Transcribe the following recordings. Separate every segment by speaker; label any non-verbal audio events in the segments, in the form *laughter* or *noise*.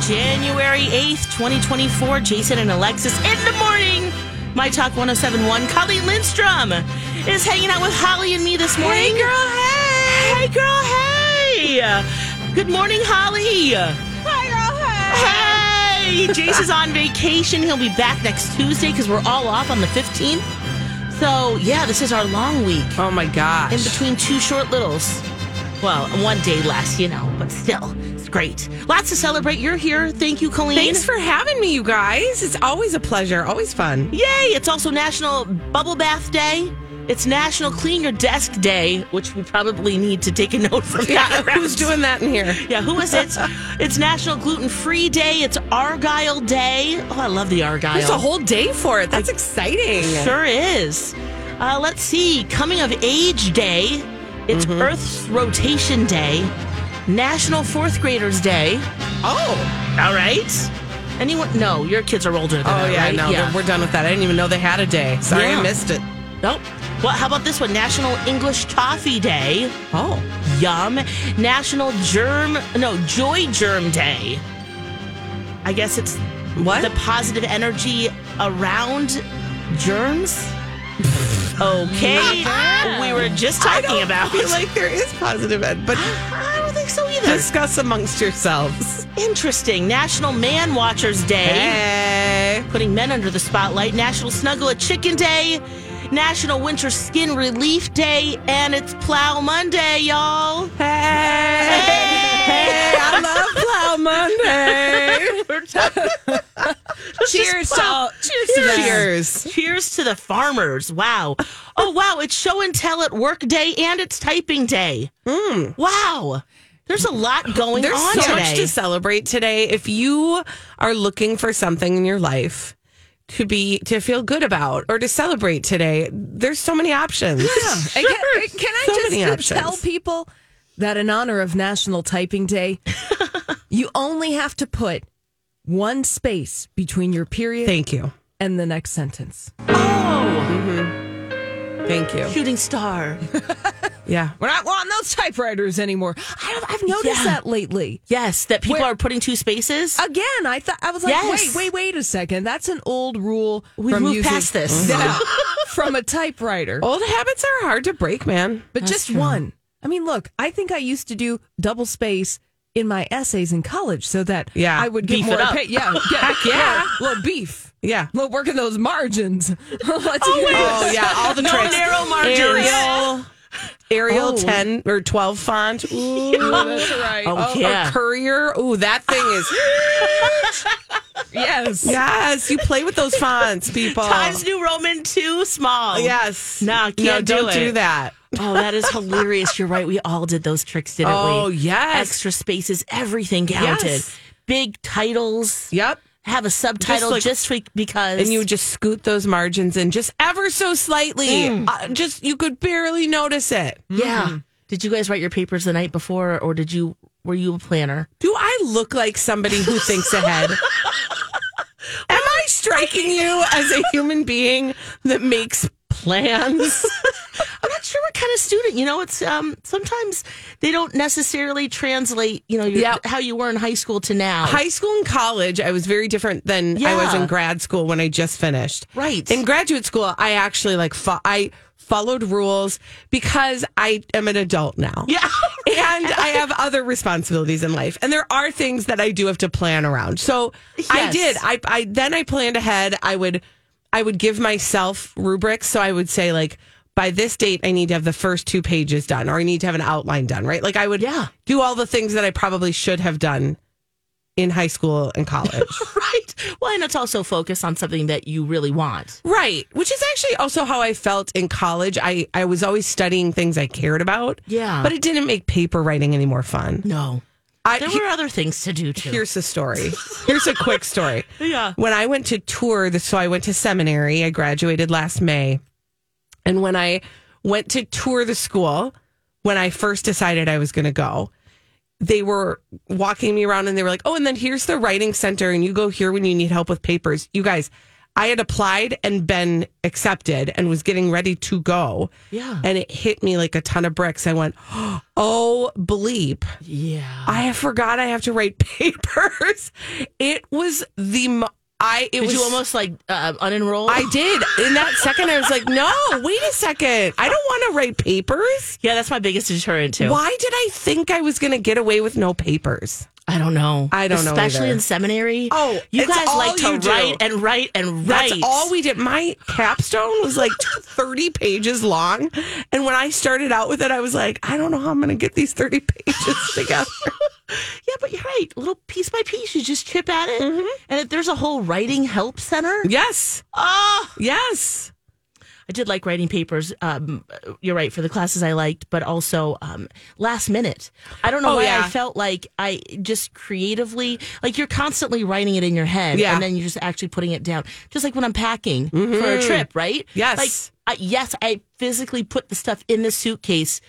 Speaker 1: January 8th, 2024. Jason and Alexis in the morning. My Talk 1071. Colleen Lindstrom is hanging out with Holly and me this morning.
Speaker 2: Hey, girl, hey!
Speaker 1: Hey, girl, hey! Good morning, Holly.
Speaker 2: Hi, girl, hey!
Speaker 1: Hey! Jason's on vacation. He'll be back next Tuesday because we're all off on the 15th. So, yeah, this is our long week
Speaker 2: Oh my gosh.
Speaker 1: in between two short littles. Well, one day less, you know, but still, it's great. Lots to celebrate. You're here. Thank you, Colleen.
Speaker 2: Thanks for having me, you guys. It's always a pleasure, always fun.
Speaker 1: Yay! It's also National Bubble Bath Day. It's National Clean Your Desk Day, which we probably need to take a note from that. around.
Speaker 2: *laughs* Who's doing that in here?
Speaker 1: *laughs* Yeah, who is it? it's National Gluten Free Day. It's Argyle Day. Oh, I love the Argyle.
Speaker 2: There's a whole day for it. That's exciting.
Speaker 1: Sure is. Uh, let's see. Coming of Age Day. It's
Speaker 2: Mm-hmm.
Speaker 1: Earth's Rotation Day. National Fourth Graders Day.
Speaker 2: Oh.
Speaker 1: All right. Anyone? No, your kids are older than
Speaker 2: Oh
Speaker 1: that,
Speaker 2: yeah,
Speaker 1: right?
Speaker 2: no, we're done with that. I didn't even know they had a day. Sorry,
Speaker 1: Yeah.
Speaker 2: I missed it.
Speaker 1: Nope. Well, how about this one? National English Toffee Day.
Speaker 2: Oh.
Speaker 1: Yum. National Germ, no, Joy Germ Day. I guess it's
Speaker 2: What?
Speaker 1: the positive energy around
Speaker 2: *laughs*
Speaker 1: germs. okay. We were just
Speaker 2: *laughs* I
Speaker 1: talking
Speaker 2: don't
Speaker 1: about.
Speaker 2: feel like there is positive ed, *gasps* but
Speaker 1: I don't think so either.
Speaker 2: discuss amongst yourselves.
Speaker 1: Interesting. National Man Watchers Day.
Speaker 2: Hey.
Speaker 1: putting men under the spotlight, National Snuggle a Chicken Day, National Winter Skin Relief Day, and it's Plow Monday, y'all.
Speaker 2: Hey. Hey. I love Plow *laughs* Monday. Cheers to all-
Speaker 1: Cheers to that.
Speaker 2: Cheers.
Speaker 1: Cheers to the farmers. Wow. Oh, wow. It's show and tell at work day and it's typing day. Wow. There's a lot going
Speaker 2: Hmm. There's
Speaker 1: on
Speaker 2: so
Speaker 1: today.
Speaker 2: much to celebrate today. If you are looking for something in your life to be to feel good about or to celebrate today, there's so many options.
Speaker 3: And Can, and can I
Speaker 2: So many
Speaker 3: just
Speaker 2: options.
Speaker 3: tell people that in honor of National Typing *laughs* Day, you only have to put one space between your period
Speaker 2: Thank you.
Speaker 3: and the next sentence.
Speaker 1: oh,
Speaker 2: Thank you.
Speaker 1: shooting star.
Speaker 2: Yeah.
Speaker 3: We're not wanting those typewriters anymore. I don't, I've noticed
Speaker 1: Yeah.
Speaker 3: that lately.
Speaker 1: Yes, that people
Speaker 3: Where-
Speaker 1: are putting two
Speaker 2: Oh.
Speaker 1: spaces.
Speaker 3: Again, I thought I was like,
Speaker 1: Yes.
Speaker 3: wait, wait, wait a second. That's an old rule.
Speaker 1: We've
Speaker 3: from
Speaker 1: moved
Speaker 3: using-
Speaker 1: past this.
Speaker 3: Yeah, *laughs*
Speaker 1: *laughs*
Speaker 3: from a typewriter.
Speaker 2: Old habits are hard to break, man.
Speaker 3: But just one. I mean, look, I think I used to do double space in my essays in college so that
Speaker 2: Yeah,
Speaker 3: I would get
Speaker 1: beef
Speaker 3: more
Speaker 1: it up.
Speaker 3: pay. Yeah, get,
Speaker 2: Heck yeah.
Speaker 3: little, little beef.
Speaker 2: Yeah.
Speaker 3: Little work in those margins. *laughs* Let's
Speaker 2: Oh yeah, all the
Speaker 1: No
Speaker 2: tricks.
Speaker 1: narrow margins.
Speaker 2: Arial, Arial
Speaker 3: Oh.
Speaker 2: ten or twelve *laughs* font. Ooh.
Speaker 3: That's right.
Speaker 1: Oh, yeah.
Speaker 2: A courier. Ooh, that thing *laughs* is.
Speaker 3: yes.
Speaker 2: yes, you play with those fonts, people.
Speaker 1: Times New Roman too small.
Speaker 2: Yes.
Speaker 1: No, can't
Speaker 2: no,
Speaker 1: do
Speaker 2: not
Speaker 1: it.
Speaker 2: do that.
Speaker 1: Oh, that is hilarious. You're right. We all did those tricks, didn't
Speaker 2: Oh
Speaker 1: we?
Speaker 2: yes.
Speaker 1: Extra spaces, everything counted.
Speaker 2: Yes.
Speaker 1: Big titles.
Speaker 2: Yep.
Speaker 1: Have a subtitle
Speaker 2: like-
Speaker 1: just, for- because.
Speaker 2: and you would just scoot those margins in just ever so slightly.
Speaker 1: Mm.
Speaker 2: Uh, just you could barely notice it.
Speaker 1: Yeah. Mm-hmm. Did you guys write your papers the night before, or did you? Were you a planner?
Speaker 2: Do I look like somebody who
Speaker 1: *laughs*
Speaker 2: thinks ahead? Am I striking you as a human being that makes plans?
Speaker 1: *laughs* I'm not sure what kind of student. You know, it's um sometimes they don't necessarily translate. You know, your,
Speaker 2: Yeah.
Speaker 1: how you were in high school to now.
Speaker 2: High school and college, I was very different than I was
Speaker 1: Yeah.
Speaker 2: in grad school when I just finished.
Speaker 1: Right.
Speaker 2: In graduate school, I actually like fo- I followed rules because I am an adult now.
Speaker 1: yeah. *laughs*
Speaker 2: and I have other responsibilities in life, and there are things that I do have to plan around. So I
Speaker 1: Yes.
Speaker 2: did. I, I then I planned ahead. I would I would give myself rubrics. So I would say like by this date I need to have the first two pages done, or I need to have an outline done. Right? Like I would
Speaker 1: Yeah.
Speaker 2: do all the things that I probably should have done in high school and college.
Speaker 1: right. Well, and it's also focused on something that you really want.
Speaker 2: *laughs* right. Which is actually also how I felt in college. I I was always studying things I cared about.
Speaker 1: Yeah.
Speaker 2: But it didn't make paper writing any more fun.
Speaker 1: No.
Speaker 2: I,
Speaker 1: There were other things to do too.
Speaker 2: here's a story. Here's a quick story.
Speaker 1: Yeah.
Speaker 2: When I went to tour, the- so I went to seminary. I graduated last May. And when I went to tour the school, when I first decided I was going to go, they were walking me around and they were like, oh, and then here's the writing center, and you go here when you need help with papers. You guys, I had applied and been accepted and was getting ready to go.
Speaker 1: Yeah.
Speaker 2: And it hit me like a ton of bricks. I went, oh, bleep.
Speaker 1: Yeah.
Speaker 2: I forgot I have to write *laughs* papers. It was the, mo- I, it
Speaker 1: Did
Speaker 2: was
Speaker 1: you almost like uh, unenroll?
Speaker 2: I did. In that second, I was like, no, wait a second. I don't want to write papers.
Speaker 1: yeah, that's my biggest deterrent too.
Speaker 2: Why did I think I was going to get away with no papers?
Speaker 1: I don't know.
Speaker 2: I don't know
Speaker 1: Especially
Speaker 2: either.
Speaker 1: in seminary.
Speaker 2: Oh,
Speaker 1: you
Speaker 2: it's
Speaker 1: guys
Speaker 2: all
Speaker 1: like to
Speaker 2: you do.
Speaker 1: write and write and write.
Speaker 2: That's all we did. My capstone was like *laughs* 30 pages long. And when I started out with it, I was like, I don't know how I'm going to get these 30 *laughs* pages together.
Speaker 1: yeah, but you're right. Little piece by piece, you just chip at it. And if there's a whole writing help center.
Speaker 2: yes.
Speaker 1: Oh,
Speaker 2: Yes.
Speaker 1: I did like writing papers. Um, you're right for the classes I liked, but also um, last minute. I don't know
Speaker 2: Oh,
Speaker 1: why
Speaker 2: yeah.
Speaker 1: I felt like I just creatively, like you're constantly writing it in your head,
Speaker 2: Yeah. Mm-hmm.
Speaker 1: and then you're just actually putting it down. Just like when I'm packing for a trip, right?
Speaker 2: Yes.
Speaker 1: Like I, yes, I physically put the stuff in the suitcase.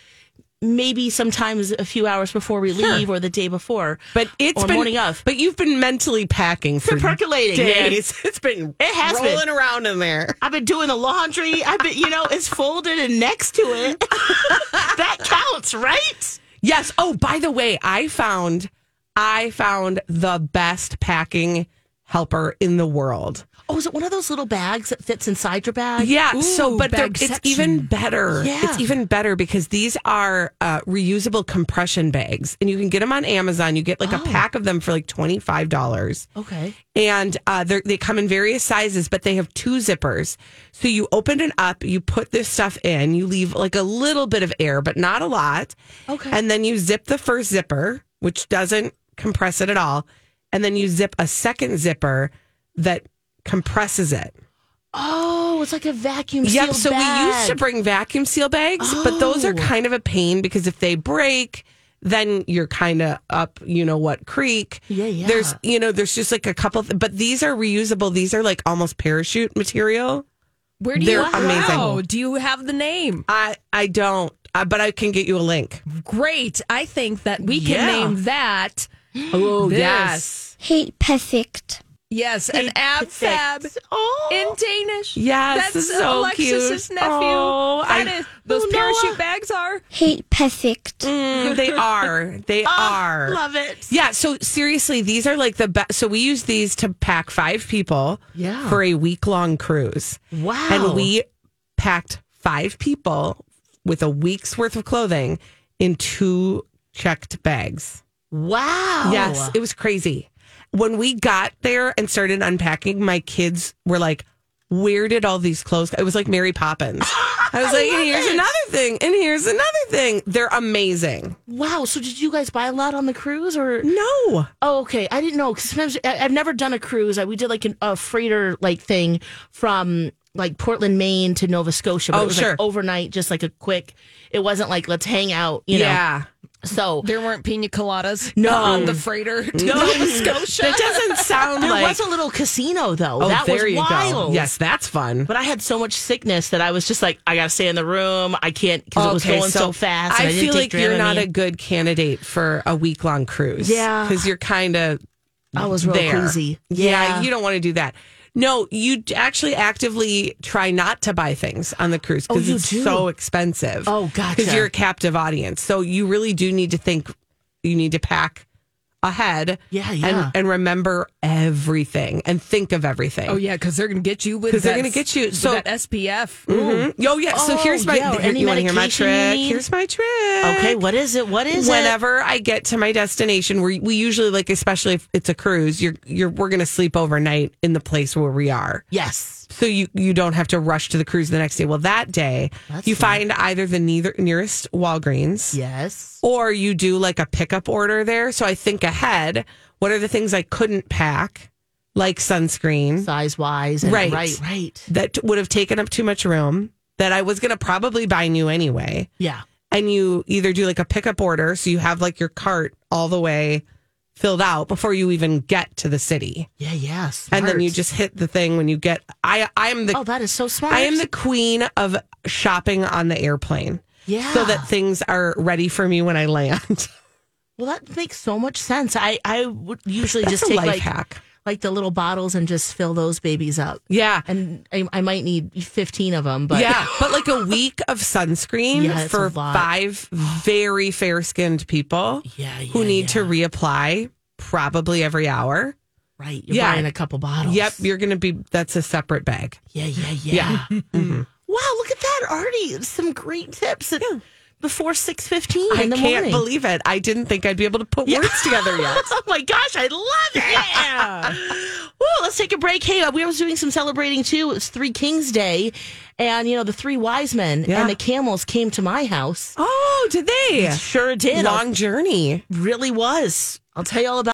Speaker 1: Maybe sometimes a few hours before we leave, or the day before.
Speaker 2: But it's
Speaker 1: or
Speaker 2: been
Speaker 1: morning of.
Speaker 2: But you've been mentally packing for
Speaker 1: percolating, man.
Speaker 2: days. *laughs* It's been
Speaker 1: It has been.
Speaker 2: rolling around in there.
Speaker 1: I've been doing the laundry. I've been, you know, it's folded and next to it. *laughs* that counts, right?
Speaker 2: Yes. Oh, by the way, I found I found the best packing helper in the world.
Speaker 1: Oh, is it one of those little bags that fits inside your bag?
Speaker 2: Yeah. so,
Speaker 3: Ooh,
Speaker 2: but they're-
Speaker 3: bag
Speaker 2: it's
Speaker 3: section.
Speaker 2: even better.
Speaker 1: Yeah.
Speaker 2: It's even better because these are uh, reusable compression bags, and you can get them on Amazon. You get like a pack of them for like twenty five dollars.
Speaker 1: Okay.
Speaker 2: and uh, they're- they come in various sizes, but they have two zippers. So you open it up, you put this stuff in, you leave like a little bit of air, but not a lot.
Speaker 1: Okay.
Speaker 2: And then you zip the first zipper, which doesn't compress it at all. And then you zip a second zipper that compresses it.
Speaker 1: Oh, it's like a vacuum seal.
Speaker 2: Yep. So we used to bring vacuum seal bags, but those
Speaker 3: Oh.
Speaker 2: are kind of a pain because if they break, then you're kind of up, you know what creek.
Speaker 1: Yeah, yeah.
Speaker 2: There's, you know, there's just like a couple, th- but these are reusable. These are like almost parachute material.
Speaker 3: Where do
Speaker 2: They're
Speaker 3: you
Speaker 2: amazing.
Speaker 3: Wow, Do you have the name?
Speaker 2: I I don't, uh, but I can get you a link.
Speaker 3: Great. I think that we can
Speaker 1: Yeah.
Speaker 3: name that.
Speaker 2: Oh
Speaker 3: This.
Speaker 4: Helt perfekt.
Speaker 3: Yes, an ab fab
Speaker 1: Oh.
Speaker 3: in Danish.
Speaker 2: Yes,
Speaker 3: that's
Speaker 2: so
Speaker 3: Alexis's
Speaker 2: cute.
Speaker 3: nephew.
Speaker 2: Oh,
Speaker 3: That
Speaker 2: I-
Speaker 3: is- those
Speaker 1: Oh,
Speaker 3: parachute
Speaker 1: Noah.
Speaker 3: bags are.
Speaker 4: Helt perfekt.
Speaker 2: mm, they are.
Speaker 3: *laughs*
Speaker 2: They
Speaker 3: Uh,
Speaker 2: are.
Speaker 1: Ah, Love it.
Speaker 2: Yeah. So seriously, these are like the best. So we use these to pack five people
Speaker 1: Yeah.
Speaker 2: for a week long cruise.
Speaker 1: Wow.
Speaker 2: And we packed five people with a week's worth of clothing in two checked bags.
Speaker 1: Wow.
Speaker 2: Yes, it was crazy. When we got there and started unpacking, my kids were like, where did all these clothes? It was like
Speaker 1: *laughs*
Speaker 2: Mary Poppins. I was like, and here's another thing, and here's another thing. They're amazing.
Speaker 1: Wow. So did you guys buy a lot on the cruise or?
Speaker 2: No,
Speaker 1: Oh, okay. I didn't know because sometimes I, I've never done a cruise. I, we did like an, a freighter like thing from like Portland, Maine to Nova Scotia. But
Speaker 2: Oh,
Speaker 1: it was
Speaker 2: sure.
Speaker 1: Like overnight, just like a quick. It wasn't like let's hang out. You
Speaker 2: yeah,
Speaker 1: know. So
Speaker 3: There weren't pina coladas
Speaker 1: No.
Speaker 3: on the freighter *laughs* to Nova Scotia.
Speaker 2: that doesn't sound
Speaker 1: there
Speaker 2: like.
Speaker 1: was a little casino though.
Speaker 2: oh,
Speaker 1: that
Speaker 2: there
Speaker 1: was
Speaker 2: you
Speaker 1: wild.
Speaker 2: go. Yes, that's fun.
Speaker 1: But I had so much sickness that I was just like, I gotta stay in the room. I can't because it was going so, fast. and
Speaker 2: I,
Speaker 1: I, didn't
Speaker 2: feel
Speaker 1: take
Speaker 2: like you're not a
Speaker 1: Dramamine.
Speaker 2: good candidate for a week long cruise.
Speaker 1: Yeah.
Speaker 2: because you're kind of
Speaker 1: I was real
Speaker 2: there.
Speaker 1: crazy.
Speaker 2: Yeah,
Speaker 1: Yeah.
Speaker 2: you don't want to do that. No, you d- actually actively try not to buy things on the cruise because
Speaker 1: Oh, you
Speaker 2: it's
Speaker 1: do?
Speaker 2: so expensive.
Speaker 1: Oh,
Speaker 2: Because
Speaker 1: gotcha.
Speaker 2: you're a captive audience, so you really do need to think. You need to pack ahead.
Speaker 1: Yeah, yeah.
Speaker 2: And, and remember everything and think of everything.
Speaker 3: Oh yeah, because they're going to get you with
Speaker 2: 'Cause they're
Speaker 3: that-
Speaker 2: gonna get you.
Speaker 3: with
Speaker 2: So-
Speaker 3: that SPF.
Speaker 2: Mhm. Oh yeah. So
Speaker 1: Oh,
Speaker 2: here's my.
Speaker 1: yeah, or
Speaker 2: here-
Speaker 1: any
Speaker 2: you want to hear my
Speaker 1: medication
Speaker 2: trick?
Speaker 1: you need.
Speaker 2: Here's my trick.
Speaker 1: Okay, what is it? What is it?
Speaker 2: whenever I get to my destination, we we usually like, especially if it's a cruise, you're you're we're gonna sleep overnight in the place where we are,
Speaker 1: Yes.
Speaker 2: so you you don't have to rush to the cruise the next day. Well, that day
Speaker 1: That's
Speaker 2: you
Speaker 1: fun.
Speaker 2: find either the neither, nearest Walgreens
Speaker 1: Yes.
Speaker 2: or you do like a pickup order there. So I think ahead. What are the things I couldn't pack, like sunscreen
Speaker 1: Size wise. and-
Speaker 2: Right.
Speaker 1: Right. Right.
Speaker 2: that would have taken up too much room that I was gonna probably buy new anyway.
Speaker 1: Yeah.
Speaker 2: and you either do like a pickup order so you have like your cart all the way filled out before you even get to the city
Speaker 1: Yeah. Yeah.
Speaker 2: and then
Speaker 1: smart.
Speaker 2: you just hit the thing when you get i i'm the
Speaker 1: *laughs* Oh, that is so smart.
Speaker 2: i am the queen of shopping on the airplane
Speaker 1: Yeah.
Speaker 2: so
Speaker 1: *gasps*
Speaker 2: that things are ready for me when i land *laughs*
Speaker 1: Well, that makes so much sense. I I would usually
Speaker 2: that's
Speaker 1: just
Speaker 2: a
Speaker 1: take
Speaker 2: life
Speaker 1: like
Speaker 2: hack
Speaker 1: like the little bottles and just fill those babies up.
Speaker 2: Yeah.
Speaker 1: And I, I might need 15 of them, but
Speaker 2: yeah, but like a week of sunscreen
Speaker 1: Yeah, it's
Speaker 2: for
Speaker 1: a lot.
Speaker 2: five
Speaker 1: *gasps*
Speaker 2: very fair skinned people
Speaker 1: Yeah,
Speaker 2: who
Speaker 1: yeah,
Speaker 2: need to
Speaker 1: yeah.
Speaker 2: reapply probably every hour.
Speaker 1: right. You're
Speaker 2: Yeah.
Speaker 1: buying a couple bottles.
Speaker 2: Yep, you're going to be, that's a separate bag.
Speaker 1: Yeah, yeah, yeah.
Speaker 2: Mm-hmm.
Speaker 1: Wow, look at that already. Some great tips at, before 6.15
Speaker 2: I
Speaker 1: in the
Speaker 2: can't
Speaker 1: morning.
Speaker 2: believe it. I didn't think I'd be able to put words
Speaker 1: *laughs*
Speaker 2: together yet.
Speaker 1: oh my gosh, I love it. Yeah. Ooh, let's take a break. Hey, uh, we were doing some celebrating too. It's Three Kings Day. And, you know, the three wise men
Speaker 2: Yeah.
Speaker 1: and the camels came to my house.
Speaker 2: Oh, did they?
Speaker 1: Sure did.
Speaker 2: Long journey.
Speaker 1: I really was. I'll tell you all about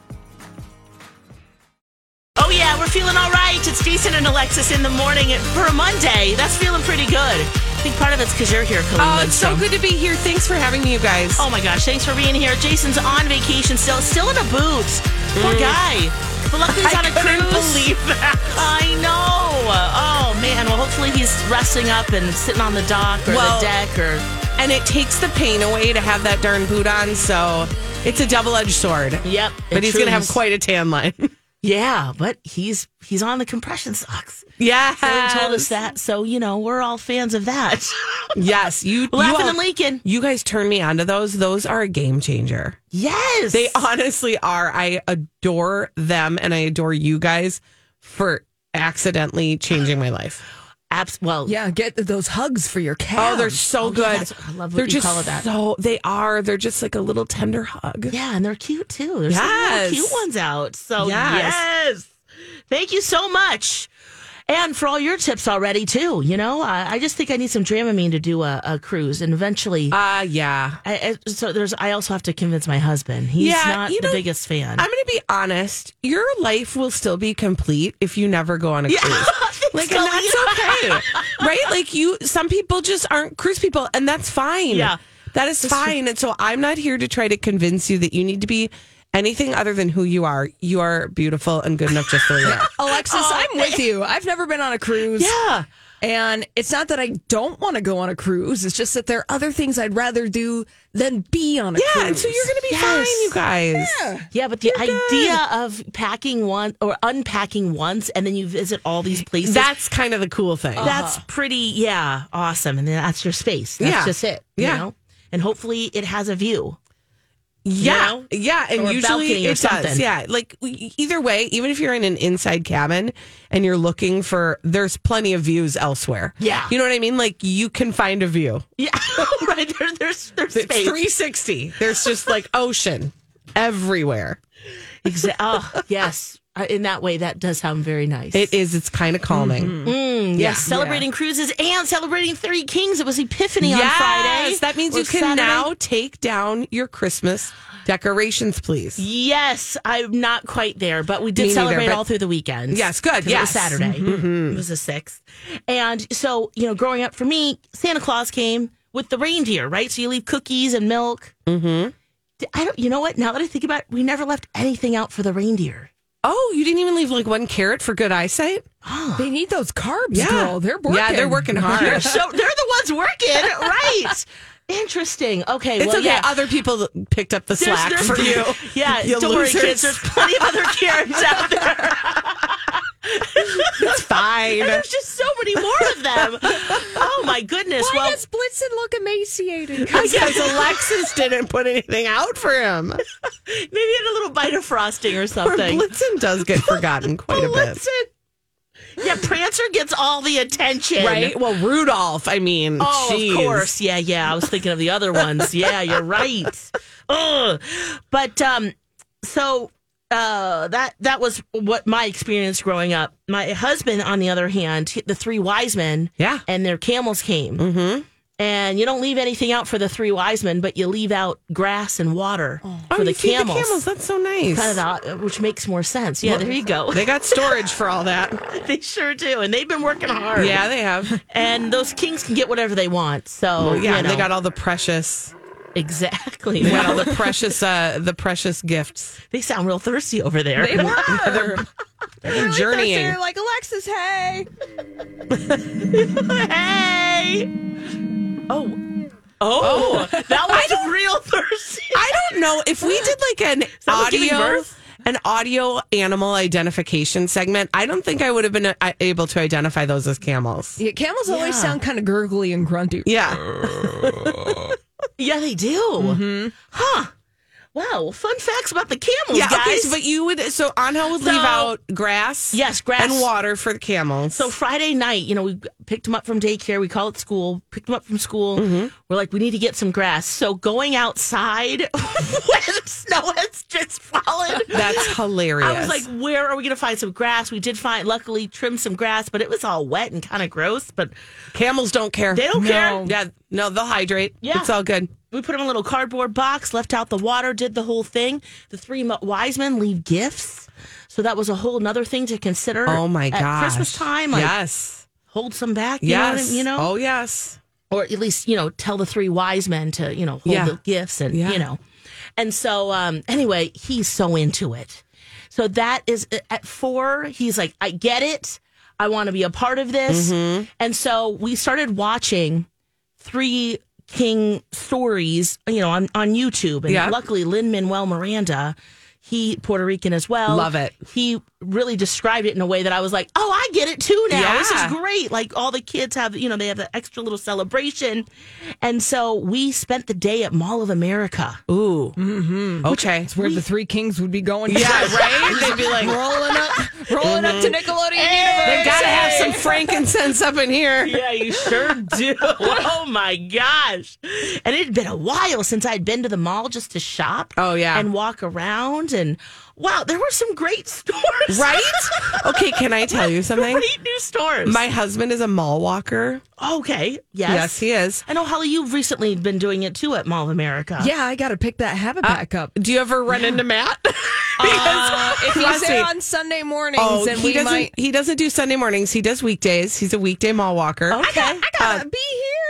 Speaker 1: Oh yeah, we're feeling all right. It's Jason and Alexis in the morning for a Monday. That's feeling pretty good. I think part of it's because you're here, Colleen.
Speaker 2: Oh, it's so
Speaker 1: Lindstrom.
Speaker 2: good to be here. Thanks for having me, you guys.
Speaker 1: Oh my gosh, thanks for being here. Jason's on vacation still, still in a boot. Poor guy. But luckily he's
Speaker 2: Mm. I
Speaker 1: on a
Speaker 2: couldn't
Speaker 1: cruise.
Speaker 2: believe
Speaker 1: that. I know. Oh man. Well, hopefully he's resting up and sitting on the dock or
Speaker 2: Well-
Speaker 1: the deck or.
Speaker 2: And it takes the pain away to have that darn boot on, so it's a double edged sword.
Speaker 1: Yep.
Speaker 2: But
Speaker 1: it
Speaker 2: he's going
Speaker 1: truly
Speaker 2: to have
Speaker 1: is.
Speaker 2: quite a tan line.
Speaker 1: Yeah, but he's he's on the compression socks.
Speaker 2: yeah.
Speaker 1: They told us that, so you know we're all fans of that.
Speaker 2: Yes. You,
Speaker 1: *laughs* Laughing
Speaker 2: you,
Speaker 1: and Lincoln.
Speaker 2: you guys turn me onto those. Those are a game changer.
Speaker 1: Yes.
Speaker 2: They honestly are. I adore them and I adore you guys for accidentally changing my life.
Speaker 1: Abs- well,
Speaker 3: Yeah, get those hugs for your cat.
Speaker 2: Oh, they're so
Speaker 1: Oh,
Speaker 2: good.
Speaker 1: yeah, that's- I love what
Speaker 2: they're
Speaker 1: you
Speaker 2: just
Speaker 1: call it that.
Speaker 2: so they are. They're just like a little tender hug.
Speaker 1: Yeah, and they're cute too. There's some
Speaker 2: Yes.
Speaker 1: really cute ones out. So
Speaker 2: Yes.
Speaker 1: yes. Thank you so much. And for all your tips already too, you know, I, I just think I need some Dramamine to do a, a cruise, and eventually,
Speaker 2: Ah, yeah.
Speaker 1: I, I, so there's. I also have to convince my husband. He's
Speaker 2: Yeah,
Speaker 1: not
Speaker 2: you
Speaker 1: the
Speaker 2: know,
Speaker 1: biggest fan.
Speaker 2: I'm going to be honest. Your life will still be complete if you never go on
Speaker 1: *laughs*
Speaker 2: a cruise. Like, and that's okay. right? Like, you, some people just aren't cruise people, and that's fine.
Speaker 1: Yeah.
Speaker 2: That is fine. And so I'm not here to try to convince you that you need to be anything other than who you are. You are beautiful and good enough just the way
Speaker 1: *laughs*
Speaker 2: you are.
Speaker 3: Alexis, I'm with you. I've never been on a cruise.
Speaker 1: yeah,
Speaker 3: And it's not that I don't want to go on a cruise. It's just that there are other things I'd rather do than be on a cruise.
Speaker 2: Yeah. And so you're going to be fine, you guys.
Speaker 1: yeah. But the idea of packing one or unpacking once, and then you visit all these places.
Speaker 2: That's kind of the cool thing.
Speaker 1: that's pretty yeah awesome and then that's your space that's
Speaker 2: Uh-huh. Yeah.
Speaker 1: just it
Speaker 2: Yeah.
Speaker 1: you know and hopefully it has a view
Speaker 2: Yeah,
Speaker 1: know?
Speaker 2: yeah, and
Speaker 1: Or a
Speaker 2: usually
Speaker 1: balcony or
Speaker 2: it does.
Speaker 1: something.
Speaker 2: Yeah, like e- either way, even if you're in an inside cabin and you're looking for, there's plenty of views elsewhere.
Speaker 1: Yeah.
Speaker 2: you know what I mean. Like you can find a view.
Speaker 1: yeah *laughs* right there, there's there's
Speaker 2: It's
Speaker 1: space
Speaker 2: 360. There's just like *laughs* ocean everywhere.
Speaker 1: Exa- oh yes Uh, in that way that does sound very nice
Speaker 2: It is. It's kind of calming.
Speaker 1: yes Mm-hmm. Mm, celebrating cruises and celebrating three kings it was epiphany on friday
Speaker 2: Yes, that means
Speaker 1: or
Speaker 2: you can
Speaker 1: Saturday.
Speaker 2: now take down your Christmas decorations, please.
Speaker 1: Yes, I'm not quite there, but we did
Speaker 2: Me neither,
Speaker 1: celebrate
Speaker 2: but-
Speaker 1: all through the weekends.
Speaker 2: Yes, good,
Speaker 1: 'Cause
Speaker 2: yes. Mm-hmm.
Speaker 1: It was Saturday. Mm-hmm. It was the sixth. And so, you know, growing up for me, Santa Claus came with the reindeer, right? So you leave cookies and milk. Mm-hmm. I don't you know what? Now that I think about it, we never left anything out for the reindeer.
Speaker 2: *laughs* Oh, you didn't even leave like one carrot for good eyesight.
Speaker 3: They need those carbs,
Speaker 2: Yeah.
Speaker 3: girl. They're working.
Speaker 2: Yeah, they're working hard.
Speaker 1: They're so they're the ones working, right? Interesting. Okay,
Speaker 2: It's
Speaker 1: well,
Speaker 2: okay.
Speaker 1: yeah.
Speaker 2: Other people picked up the
Speaker 1: There's-
Speaker 2: slack
Speaker 1: there's-
Speaker 2: for you.
Speaker 1: *laughs* Yeah,
Speaker 2: you
Speaker 1: don't
Speaker 2: losers.
Speaker 1: worry, kids. There's plenty of other carrots out there.
Speaker 2: *laughs* It's
Speaker 1: *laughs*
Speaker 2: fine.
Speaker 1: There's just so many more of them. *laughs* Oh my goodness.
Speaker 3: Why
Speaker 1: well,
Speaker 3: does Blitzen look
Speaker 2: Oh, *laughs*
Speaker 3: emaciated?
Speaker 2: Because Alexis didn't put anything out for him.
Speaker 1: maybe add a little bite of frosting or
Speaker 2: Or
Speaker 1: something. *laughs*
Speaker 2: Blitzen does get forgotten quite a bit.
Speaker 1: Blitzen. Yeah, that Prancer gets all the attention.
Speaker 2: right? Well, Rudolph, I mean,
Speaker 1: Oh,
Speaker 2: jeez.
Speaker 1: of course. Yeah, yeah. I was thinking of the other ones. Yeah, you're right. Ugh. But um, so uh, that that was what my experience growing up. My husband, on the other hand, he- the three wise men,
Speaker 2: Yeah.
Speaker 1: and their camels came. Mm-hmm. And you don't leave anything out for the three wise men, but you leave out grass and water
Speaker 2: Oh,
Speaker 1: for
Speaker 2: you
Speaker 1: the
Speaker 2: feed
Speaker 1: camels.
Speaker 2: the camels. That's so nice.
Speaker 1: Kind of the- uh, which makes more sense. Yeah, there you go.
Speaker 2: They got storage for all that.
Speaker 1: *laughs* they sure do, and they've been working hard.
Speaker 2: Yeah, they have.
Speaker 1: and those kings can get whatever they want. So
Speaker 2: Yeah,
Speaker 1: you know.
Speaker 2: they got all the precious,
Speaker 1: Exactly.
Speaker 2: they got all
Speaker 1: Well,
Speaker 2: the precious, uh, the precious gifts.
Speaker 1: they sound real thirsty over there. *laughs*
Speaker 2: They were.
Speaker 3: *laughs*
Speaker 2: They're, they're journeying.
Speaker 3: like Alexis, hey.
Speaker 1: hey! Oh. Oh,
Speaker 2: *laughs*
Speaker 1: that was *laughs* real thirsty.
Speaker 2: I don't know if we did
Speaker 1: *laughs*
Speaker 2: like an
Speaker 1: that what giving
Speaker 2: audio
Speaker 1: birth?
Speaker 2: an audio animal identification segment. I don't think I would have been uh, able to identify those as camels.
Speaker 3: Yeah, camels always sound kind of gurgly and grunty.
Speaker 2: Yeah,
Speaker 1: yeah, they do. Huh. Wow. well, Fun facts about the camels,
Speaker 2: Mm-hmm. yeah.
Speaker 1: guys.
Speaker 2: Okay, so, but you would so Angel would leave
Speaker 1: So-
Speaker 2: out grass,
Speaker 1: Yes, grass.
Speaker 2: and water for the camels.
Speaker 1: So *laughs* Friday night, you know, we picked him up from daycare. We call it school. Picked him up from school.
Speaker 2: Mm-hmm.
Speaker 1: We're like, we need to get some grass. So going outside *laughs* when snow has just fallen.
Speaker 2: that's hilarious.
Speaker 1: I was like, where are we going to find some grass? We did find, luckily, trim some grass, but it was all wet and kind of gross. But
Speaker 2: camels don't care.
Speaker 1: They don't No. care.
Speaker 2: Yeah, no, they'll hydrate.
Speaker 1: Yeah.
Speaker 2: it's all good.
Speaker 1: we put them in a little cardboard box, left out the water, did the whole thing. The three mo- wise men leave gifts. So that was a whole nother thing to consider.
Speaker 2: Oh my
Speaker 1: at
Speaker 2: gosh!
Speaker 1: Christmas time, like
Speaker 2: yes,
Speaker 1: hold some back. You know, what I
Speaker 2: yes.
Speaker 1: mean? you know,
Speaker 2: oh yes.
Speaker 1: or at least you know tell the three wise men to you know hold
Speaker 2: Yeah.
Speaker 1: the gifts and
Speaker 2: Yeah.
Speaker 1: you know and so um anyway he's so into it so that is uh, at four he's like i get it i want to be a part of this
Speaker 2: Mm-hmm.
Speaker 1: and so we started watching three king stories you know on, on youtube and
Speaker 2: Yeah.
Speaker 1: luckily lynn manuel miranda he puerto rican as well
Speaker 2: Love it.
Speaker 1: he really described it in a way that i was like oh i get it too now this is
Speaker 2: Yeah.
Speaker 1: great great. Like all the kids have, you know, they have that extra little celebration. And so we spent the day at Mall of America.
Speaker 2: Ooh. Okay.
Speaker 3: Where the three kings would be going.
Speaker 2: Yeah, right? They'd be like,
Speaker 3: rolling up, rolling up to Nickelodeon Universe.
Speaker 2: They gotta have
Speaker 3: *laughs*
Speaker 2: some frankincense up in here.
Speaker 1: Yeah, you *laughs* sure do. oh my gosh. And it had been a while since I'd been to the mall just to shop.
Speaker 2: Oh, yeah.
Speaker 1: And walk around. And wow, there were some great *laughs* stores.
Speaker 2: *laughs* Right? Okay, can I tell you something?
Speaker 1: Great new stores.
Speaker 2: My husband is a mall walker.
Speaker 1: okay. Yes.
Speaker 2: Yes, he is.
Speaker 1: I know, Holly, you've recently been doing it too at Mall of America.
Speaker 3: Yeah, I got to pick that habit back up.
Speaker 2: Do you ever run into Matt?
Speaker 3: Uh, if he's
Speaker 2: Trust
Speaker 3: there
Speaker 2: me.
Speaker 3: on Sunday mornings,
Speaker 2: Oh,
Speaker 3: and
Speaker 2: he
Speaker 3: we
Speaker 2: doesn't.
Speaker 3: might.
Speaker 2: He doesn't do Sunday mornings. He does weekdays. He's a weekday mall walker.
Speaker 1: Okay.
Speaker 3: gotta uh, be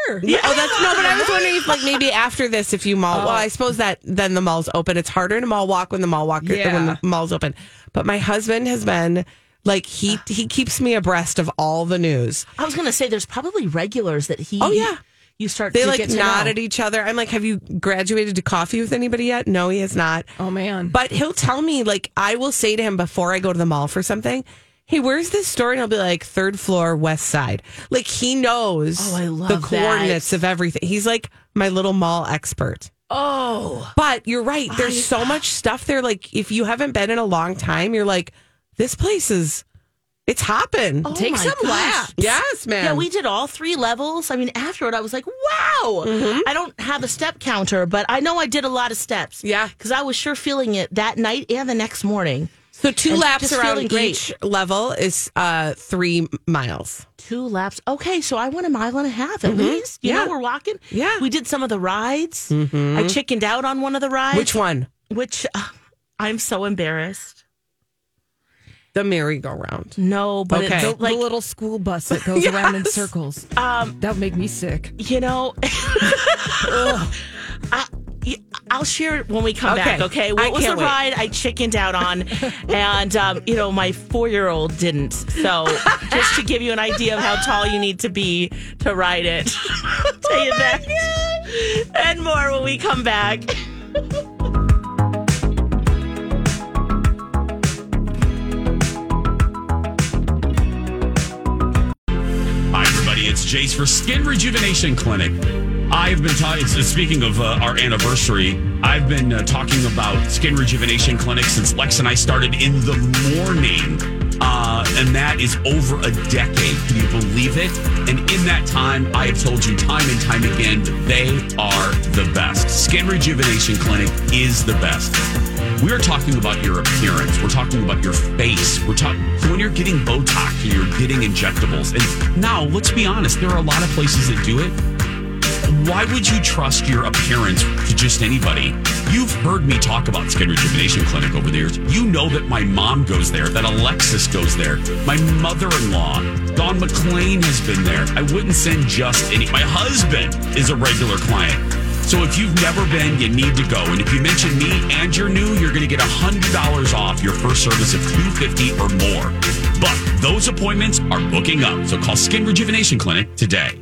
Speaker 3: here.
Speaker 2: Yeah. Oh, that's no. But I was wondering if, like, maybe after this, if you mall. Well, I suppose that then the mall's open. It's harder to mall walk when the mall walk
Speaker 3: Yeah.
Speaker 2: when the mall's open. But my husband has been like he he keeps me abreast of all the news.
Speaker 1: I was going to say there's probably regulars that he.
Speaker 2: Oh, yeah.
Speaker 1: You start
Speaker 2: They
Speaker 1: to
Speaker 2: like
Speaker 1: get to
Speaker 2: nod
Speaker 1: know.
Speaker 2: at each other. I'm like, have you graduated to coffee with anybody yet? No, he has not.
Speaker 3: Oh man.
Speaker 2: But he'll tell me, like, I will say to him before I go to the mall for something, hey, where's this store? And he'll be like, third floor, west side. Like, he knows
Speaker 1: Oh, I love
Speaker 2: the
Speaker 1: that.
Speaker 2: coordinates of everything. He's like my little mall expert.
Speaker 1: Oh.
Speaker 2: But you're right. There's so much stuff there. Like, if you haven't been in a long time, you're like, this place is, it's hopping.
Speaker 1: Oh
Speaker 3: Take
Speaker 1: my
Speaker 3: some
Speaker 1: gosh.
Speaker 3: laps.
Speaker 2: Yes, man.
Speaker 1: Yeah, we did all three levels. I mean, afterward, I was like, wow.
Speaker 2: Mm-hmm.
Speaker 1: I don't have a step counter, but I know I did a lot of steps.
Speaker 2: Yeah.
Speaker 1: Because I was sure feeling it that night and the next morning.
Speaker 2: So two
Speaker 1: And
Speaker 2: laps
Speaker 1: just feeling
Speaker 2: around
Speaker 1: great.
Speaker 2: each level is uh, three miles.
Speaker 1: Two laps. Okay, so I went a mile and a half at least. You
Speaker 2: Mm-hmm. Yeah.
Speaker 1: know, we're walking.
Speaker 2: Yeah. Mm-hmm.
Speaker 1: We did some of the rides. I chickened out on one of the rides.
Speaker 2: Which one?
Speaker 1: Which uh, I'm so embarrassed.
Speaker 2: The merry-go-round.
Speaker 1: No, but
Speaker 2: Okay.
Speaker 1: it's like,
Speaker 3: the little school bus that goes around in circles. Um, that would make me sick.
Speaker 1: you know, *laughs* I, I'll share it when we come
Speaker 2: Okay.
Speaker 1: back. Okay,
Speaker 2: I
Speaker 1: what was the
Speaker 2: can't wait.
Speaker 1: ride I chickened out
Speaker 2: *laughs*
Speaker 1: on, and um, you know my four-year-old didn't.
Speaker 2: *laughs*
Speaker 1: So just to give you an idea of how tall you need to be to ride
Speaker 2: *laughs*
Speaker 1: it, *laughs* I'll tell
Speaker 2: Oh
Speaker 1: you that and more when we come back.
Speaker 5: Hi, everybody. It's Jace for Skin Rejuvenation Clinic. I've been talking, speaking of uh, our anniversary, I've been uh, talking about Skin Rejuvenation Clinic since Lex and I started in the morning. Uh, and that is over a decade. Can you believe it? And in that time, I have told you time and time again, they are the best. Skin Rejuvenation Clinic is the best. We are talking about your appearance. We're talking about your face. We're talking when you're getting Botox or you're getting injectables. And now, let's be honest, there are a lot of places that do it why would you trust your appearance to just anybody? You've heard me talk about Skin Rejuvenation Clinic over the years. You know that my mom goes there, that Alexis goes there, my mother in law, Don McLean has been there. I wouldn't send just any. My husband is a regular client. So if you've never been, you need to go. And if you mention me and you're new, you're going to get $100 off your first service of 250 or more. But those appointments are booking up. So call Skin Rejuvenation Clinic today.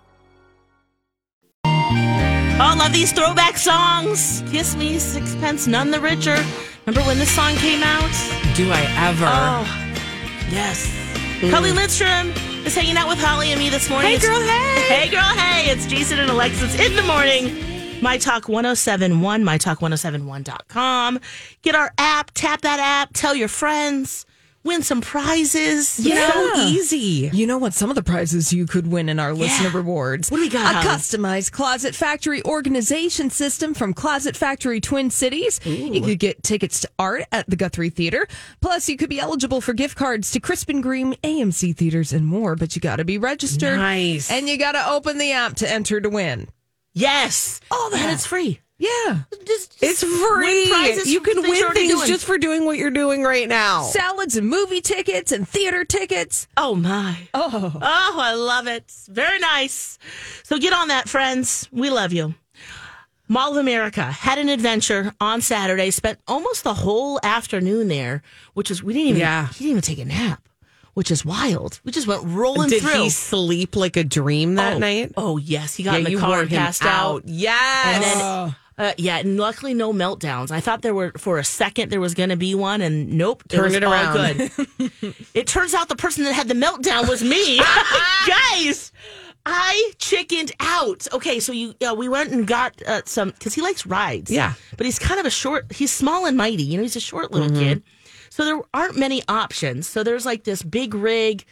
Speaker 1: Oh, love these throwback songs. Kiss Me, Sixpence, None the Richer. Remember when this song came out?
Speaker 2: Do I ever?
Speaker 1: Oh, yes. Holly Lidstrom is hanging out with Holly and me this morning.
Speaker 2: Hey,
Speaker 1: It's-
Speaker 2: girl, hey.
Speaker 1: Hey, girl, hey. It's Jason and Alexis in the morning. My Talk 1071, mytalk1071.com. Get our app, tap that app, tell your friends, win some prizes. You
Speaker 2: It's
Speaker 1: know?
Speaker 2: so easy.
Speaker 3: You know what? Some of the prizes you could win in our listener rewards.
Speaker 1: What do we got,
Speaker 3: A
Speaker 1: Holly?
Speaker 3: customized Closet Factory organization system from Closet Factory Twin Cities. You could get tickets to art at the Guthrie Theater. Plus, you could be eligible for gift cards to Crispin Green, AMC Theaters, and more, but you got to be registered.
Speaker 2: Nice.
Speaker 3: And you got to open the app to enter to win.
Speaker 1: Yes.
Speaker 3: All that.
Speaker 1: And it's free.
Speaker 3: Yeah.
Speaker 1: Just, just
Speaker 2: It's free.
Speaker 1: Win prizes
Speaker 2: you
Speaker 1: for
Speaker 2: can
Speaker 1: things you're
Speaker 2: win
Speaker 1: already
Speaker 2: things
Speaker 1: doing.
Speaker 2: just for doing what you're doing right now.
Speaker 3: Salads and movie tickets and theater tickets.
Speaker 1: Oh my. Oh. Oh, I love it. Very nice. So get on that, friends. We love you. Mall of America had an adventure on Saturday, spent almost the whole afternoon there, which is we didn't even
Speaker 2: Yeah.
Speaker 1: he didn't even take a nap, which is wild. We just went rolling
Speaker 2: Did
Speaker 1: through
Speaker 2: he sleep like a dream
Speaker 1: oh,
Speaker 2: that night?
Speaker 1: Oh yes, he got in the
Speaker 2: you
Speaker 1: car
Speaker 2: wore
Speaker 1: and
Speaker 2: him
Speaker 1: passed out.
Speaker 2: Yes.
Speaker 1: And then,
Speaker 2: Ah.
Speaker 1: uh, yeah, and luckily no meltdowns. I thought there were for a second there was going to be one, and nope, it
Speaker 2: Turn
Speaker 1: was
Speaker 2: it
Speaker 1: all
Speaker 2: around.
Speaker 1: good. *laughs* it turns out the person that had the meltdown was me,
Speaker 2: *laughs*
Speaker 1: *laughs* guys. I chickened out. Okay, so you yeah, we went and got uh, some because he likes rides.
Speaker 2: Yeah.
Speaker 1: but he's kind of a short. He's small and mighty. You know, he's a short little
Speaker 2: Mm-hmm.
Speaker 1: kid. So there aren't many options. So there's like this big rig,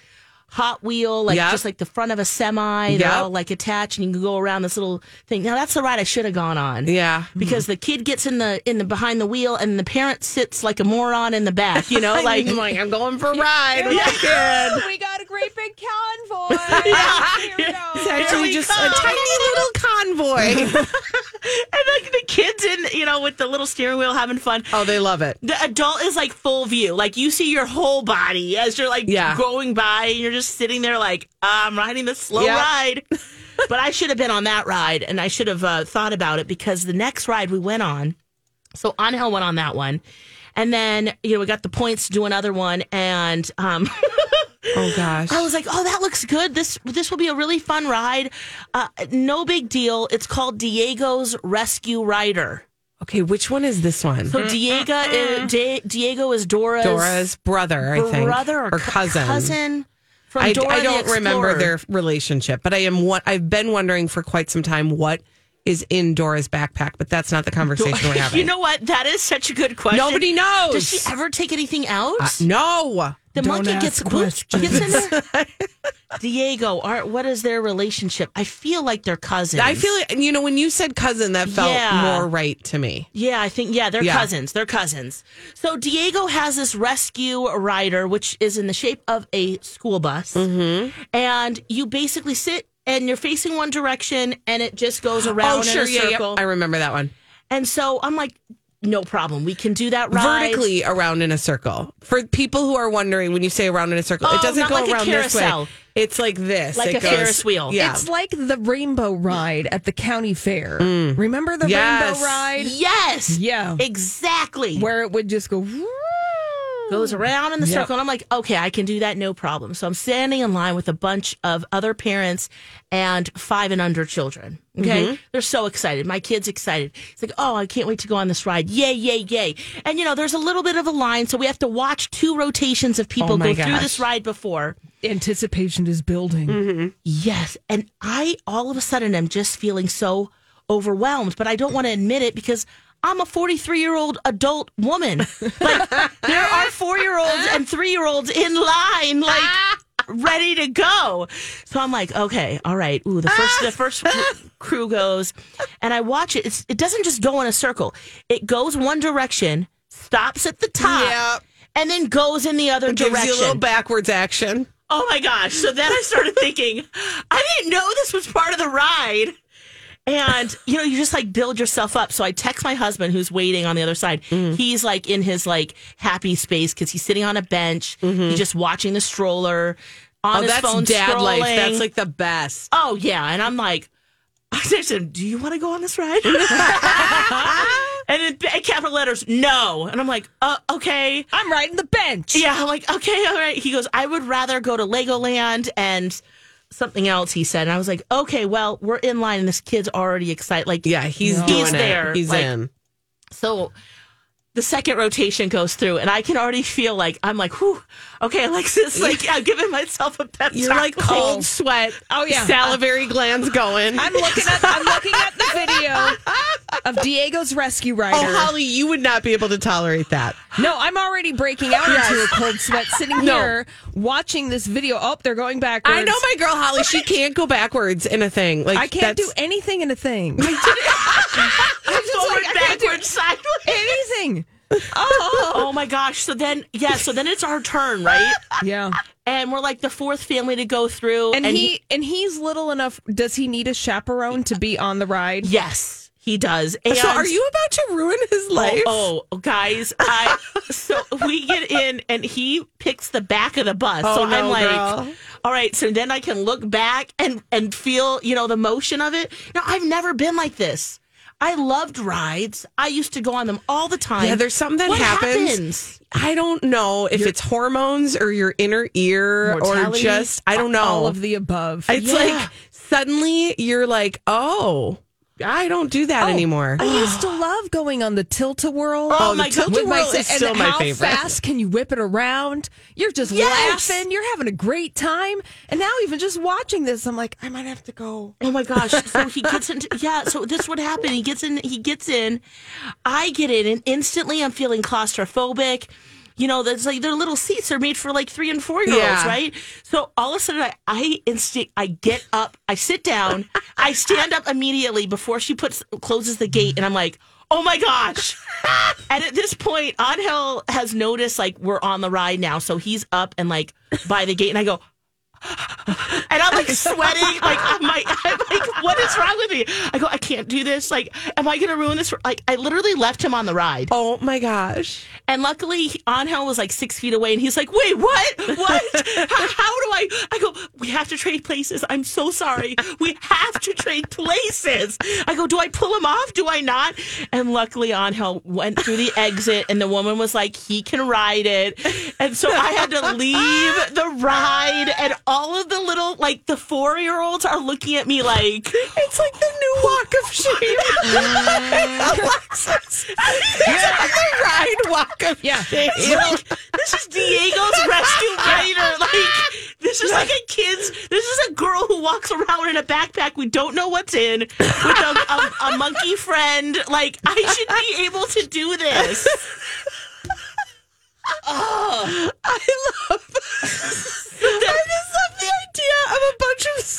Speaker 1: Hot Wheel, like
Speaker 2: Yep.
Speaker 1: just like the front of a semi. They're
Speaker 2: Yep.
Speaker 1: all like attached, and you can go around this little thing. Now that's the ride I should have gone on
Speaker 2: yeah.
Speaker 1: because the kid gets in the in the behind the wheel and the parent sits like a moron in the back
Speaker 2: *laughs*
Speaker 1: you know like
Speaker 2: *laughs* I'm like, I'm going for a ride with the kid.
Speaker 3: "Oh, We got a great
Speaker 2: *laughs*
Speaker 3: big convoy. Here we go.
Speaker 2: It's actually
Speaker 1: we
Speaker 2: just
Speaker 1: come.
Speaker 2: a tiny little convoy.
Speaker 1: *laughs* and like the kids in you know with the little steering wheel having fun
Speaker 2: *laughs* oh, they love it.
Speaker 1: the adult is like full view like you see your whole body as you're like
Speaker 2: Yeah.
Speaker 1: going by and you're just sitting there like i'm riding this slow
Speaker 2: Yeah. *laughs*
Speaker 1: ride but i should have been on that ride and i should have uh, thought about it because the next ride we went on so Angel went on that one and then you know we got the points to do another one and um *laughs*
Speaker 2: Oh gosh.
Speaker 1: I was like, "Oh, that looks good. This this will be a really fun ride. Uh, no big deal. It's called Diego's Rescue Rider.
Speaker 2: Okay, which one is this one?
Speaker 1: So Diego is, Di- Diego is Dora's,
Speaker 2: Mm, Dora's brother, I think,
Speaker 1: brother or,
Speaker 2: or
Speaker 1: cou-
Speaker 2: cousin.
Speaker 1: cousin from
Speaker 2: I,
Speaker 1: Dora
Speaker 2: I
Speaker 1: the
Speaker 2: don't remember
Speaker 1: Explorer.
Speaker 2: their relationship, but I am what I've been wondering for quite some time what is in Dora's backpack, but that's not the conversation we're having.
Speaker 1: *laughs* You know what? That is such a good question.
Speaker 2: Nobody knows. Uh,
Speaker 1: Does she ever take anything out?
Speaker 2: no.
Speaker 1: the monkey gets
Speaker 3: ask
Speaker 2: *laughs*
Speaker 1: gets in there. Diego, are, what is their relationship? I feel like they're cousins.
Speaker 2: I feel like, you know, when you said cousin, that felt
Speaker 1: Yeah.
Speaker 2: more right to me.
Speaker 1: Yeah, I think yeah, they're
Speaker 2: Yeah.
Speaker 1: cousins. They're cousins. So Diego has this rescue rider, which is in the shape of a school bus,
Speaker 2: Mm-hmm.
Speaker 1: and you basically sit and you're facing one direction, and it just goes around
Speaker 2: oh, sure.
Speaker 1: in a
Speaker 2: Yeah, yeah.
Speaker 1: circle.
Speaker 2: I remember that one.
Speaker 1: And so I'm like, no problem, we can do that ride.
Speaker 2: Vertically around in a circle. For people who are wondering, when you say around in a circle,
Speaker 1: Oh,
Speaker 2: it doesn't
Speaker 1: not
Speaker 2: go
Speaker 1: like a
Speaker 2: around this way.
Speaker 1: carousel.
Speaker 2: It's like this.
Speaker 1: Like
Speaker 2: It
Speaker 1: a Ferris wheel.
Speaker 2: Yeah.
Speaker 3: It's like the rainbow ride at the county fair. Remember the
Speaker 2: Mm. Yes.
Speaker 3: rainbow ride?
Speaker 1: Yes.
Speaker 3: Yeah.
Speaker 1: Exactly.
Speaker 3: Where it would just go.
Speaker 1: goes around in the
Speaker 3: Yep.
Speaker 1: circle. And I'm like, okay, I can do that, no problem. So I'm standing in line with a bunch of other parents and five and under children. Okay.
Speaker 2: Mm-hmm.
Speaker 1: They're so excited. My kid's excited. It's like, oh, I can't wait to go on this ride. Yay, yay, yay. And, you know, there's a little bit of a line. So we have to watch two rotations of people
Speaker 2: Oh, my
Speaker 1: go through
Speaker 2: gosh.
Speaker 1: this ride before.
Speaker 3: Anticipation is building.
Speaker 2: Mm-hmm.
Speaker 1: Yes. And I all of a sudden am just feeling so overwhelmed, but I don't want to admit it because I'm a 43 year old adult woman. Like, there are four year olds and three year olds in line, like, ready to go. So I'm like, okay, all right. Ooh, the first, the first cr- crew goes, and I watch it. It's, it doesn't just go in a circle, it goes one direction, stops at the top.
Speaker 2: Yep.
Speaker 1: And then goes in the other
Speaker 2: It
Speaker 1: direction.
Speaker 2: gives you a little Oh, backwards action.
Speaker 1: Oh my gosh. So then I started thinking, I didn't know this was part of the ride. And you know, you just like build yourself up. So I text my husband who's waiting on the other side.
Speaker 2: Mm.
Speaker 1: He's like in his like happy space because he's sitting on a bench. He's just watching the stroller on
Speaker 2: Mm-hmm. Oh,
Speaker 1: his
Speaker 2: that's
Speaker 1: phone.
Speaker 2: dad
Speaker 1: scrolling.
Speaker 2: life. That's like the best.
Speaker 1: Oh yeah, and I'm like, I said, him, "Do you want to go on this
Speaker 2: *laughs*
Speaker 1: ride?" and in big capital letters, no. And I'm like, uh, "Okay."
Speaker 3: I'm riding the bench.
Speaker 1: Yeah, I'm like, okay, all right. He goes, I would rather go to Legoland and something else, he said. And I was like, okay, well, we're in line and this kid's already excited. Like,
Speaker 2: Yeah, he's
Speaker 1: He's
Speaker 2: doing it.
Speaker 1: there,
Speaker 2: He's
Speaker 1: like-
Speaker 2: in.
Speaker 1: so the second rotation goes through and I can already feel like, I'm like, whew, okay,
Speaker 2: *laughs*
Speaker 1: Alexis, like, I'm giving myself a pep
Speaker 2: You're
Speaker 1: talk.
Speaker 2: like cold sweat.
Speaker 3: Oh, yeah.
Speaker 2: salivary *laughs* glands going.
Speaker 3: I'm looking up. I'm looking at the video of Diego's rescue rider.
Speaker 2: oh, Holly, you would not be able to tolerate that.
Speaker 3: No, I'm already breaking out into a cold sweat sitting
Speaker 2: *laughs* No.
Speaker 3: here watching this video. Oh, they're going backwards.
Speaker 2: I know my girl Holly. She can't go backwards in a thing. Like
Speaker 3: I can't do
Speaker 2: that's-
Speaker 3: anything in a thing. *laughs*
Speaker 1: I'm going backwards, sideways.
Speaker 3: anything. Oh,
Speaker 1: Oh my gosh. So then, yeah, so then it's our turn,
Speaker 2: *laughs*
Speaker 1: right?
Speaker 3: yeah.
Speaker 1: And we're like the fourth family to go through.
Speaker 3: And, he and he's little enough. Does he need a chaperone to be on the ride?
Speaker 1: yes, he does.
Speaker 2: So,
Speaker 1: And-
Speaker 2: are you about to ruin his life?
Speaker 1: Oh, oh, guys, I so we get in and he picks the back of the bus.
Speaker 2: Oh,
Speaker 1: so I'm
Speaker 2: no,
Speaker 1: like,
Speaker 2: girl.
Speaker 1: all right, so then I can look back and and feel, you know, the motion of it. Now, I've never been like this. I loved rides. I used to go on them all the time.
Speaker 2: Yeah, there's something that
Speaker 1: What
Speaker 2: happens.
Speaker 1: happens?
Speaker 2: I don't know if it's hormones or your inner ear or
Speaker 1: Mortality,
Speaker 2: just I don't know.
Speaker 3: All of the above. *laughs*
Speaker 2: it's
Speaker 1: Yeah.
Speaker 2: like suddenly you're like, oh, I don't do that anymore.
Speaker 3: Oh, I used to love going on the tilt a whirl.
Speaker 1: Oh, my
Speaker 2: the
Speaker 1: God.
Speaker 2: tilt-a-whirl
Speaker 3: With
Speaker 2: is still
Speaker 3: and
Speaker 2: my
Speaker 3: how
Speaker 2: favorite.
Speaker 3: fast can you whip it around? You're just
Speaker 1: Yes.
Speaker 3: laughing. You're having a great time. And now even just watching this, I'm like, I might have to go.
Speaker 1: Oh my gosh. So he gets into yeah, so this would happen. He gets in he gets in. I get in and instantly I'm feeling claustrophobic. You know, that's like their little seats are made for like three and four year olds,
Speaker 2: Yeah.
Speaker 1: right? So all of a sudden I, I instinct I get up, I sit down, I stand up immediately before she puts closes the gate and I'm like, Oh my gosh. and at this point, Angel has noticed like we're on the ride now. So he's up and like by the gate and I go, and I'm like sweating, like I'm like, I'm like, what is wrong with me? I go, I can't do this. Like, am I gonna ruin this? Like, I literally left him on the ride,
Speaker 2: oh my gosh.
Speaker 1: and luckily Angel was like six feet away, and he's like, wait, what?
Speaker 2: *laughs*
Speaker 1: What? how, how do I? I go, we have to trade places. I'm so sorry. We have to trade places. I go, do I pull him off? Do I not? And luckily Angel went through the exit, and the woman was like, he can ride it, and so I had to leave the ride, and all of the little like the four year olds are looking at me like.
Speaker 2: It's like the new walk of
Speaker 1: *laughs*
Speaker 2: shame. Alexis. It's like the ride walk of
Speaker 3: Yeah.
Speaker 2: shame.
Speaker 1: like, this is Diego's rescue rider. Like, this is like a kid's. This is a girl who walks around in a backpack. We don't know what's in with a, a, a monkey friend. Like, I should be able to do this.
Speaker 2: I love. I just love the idea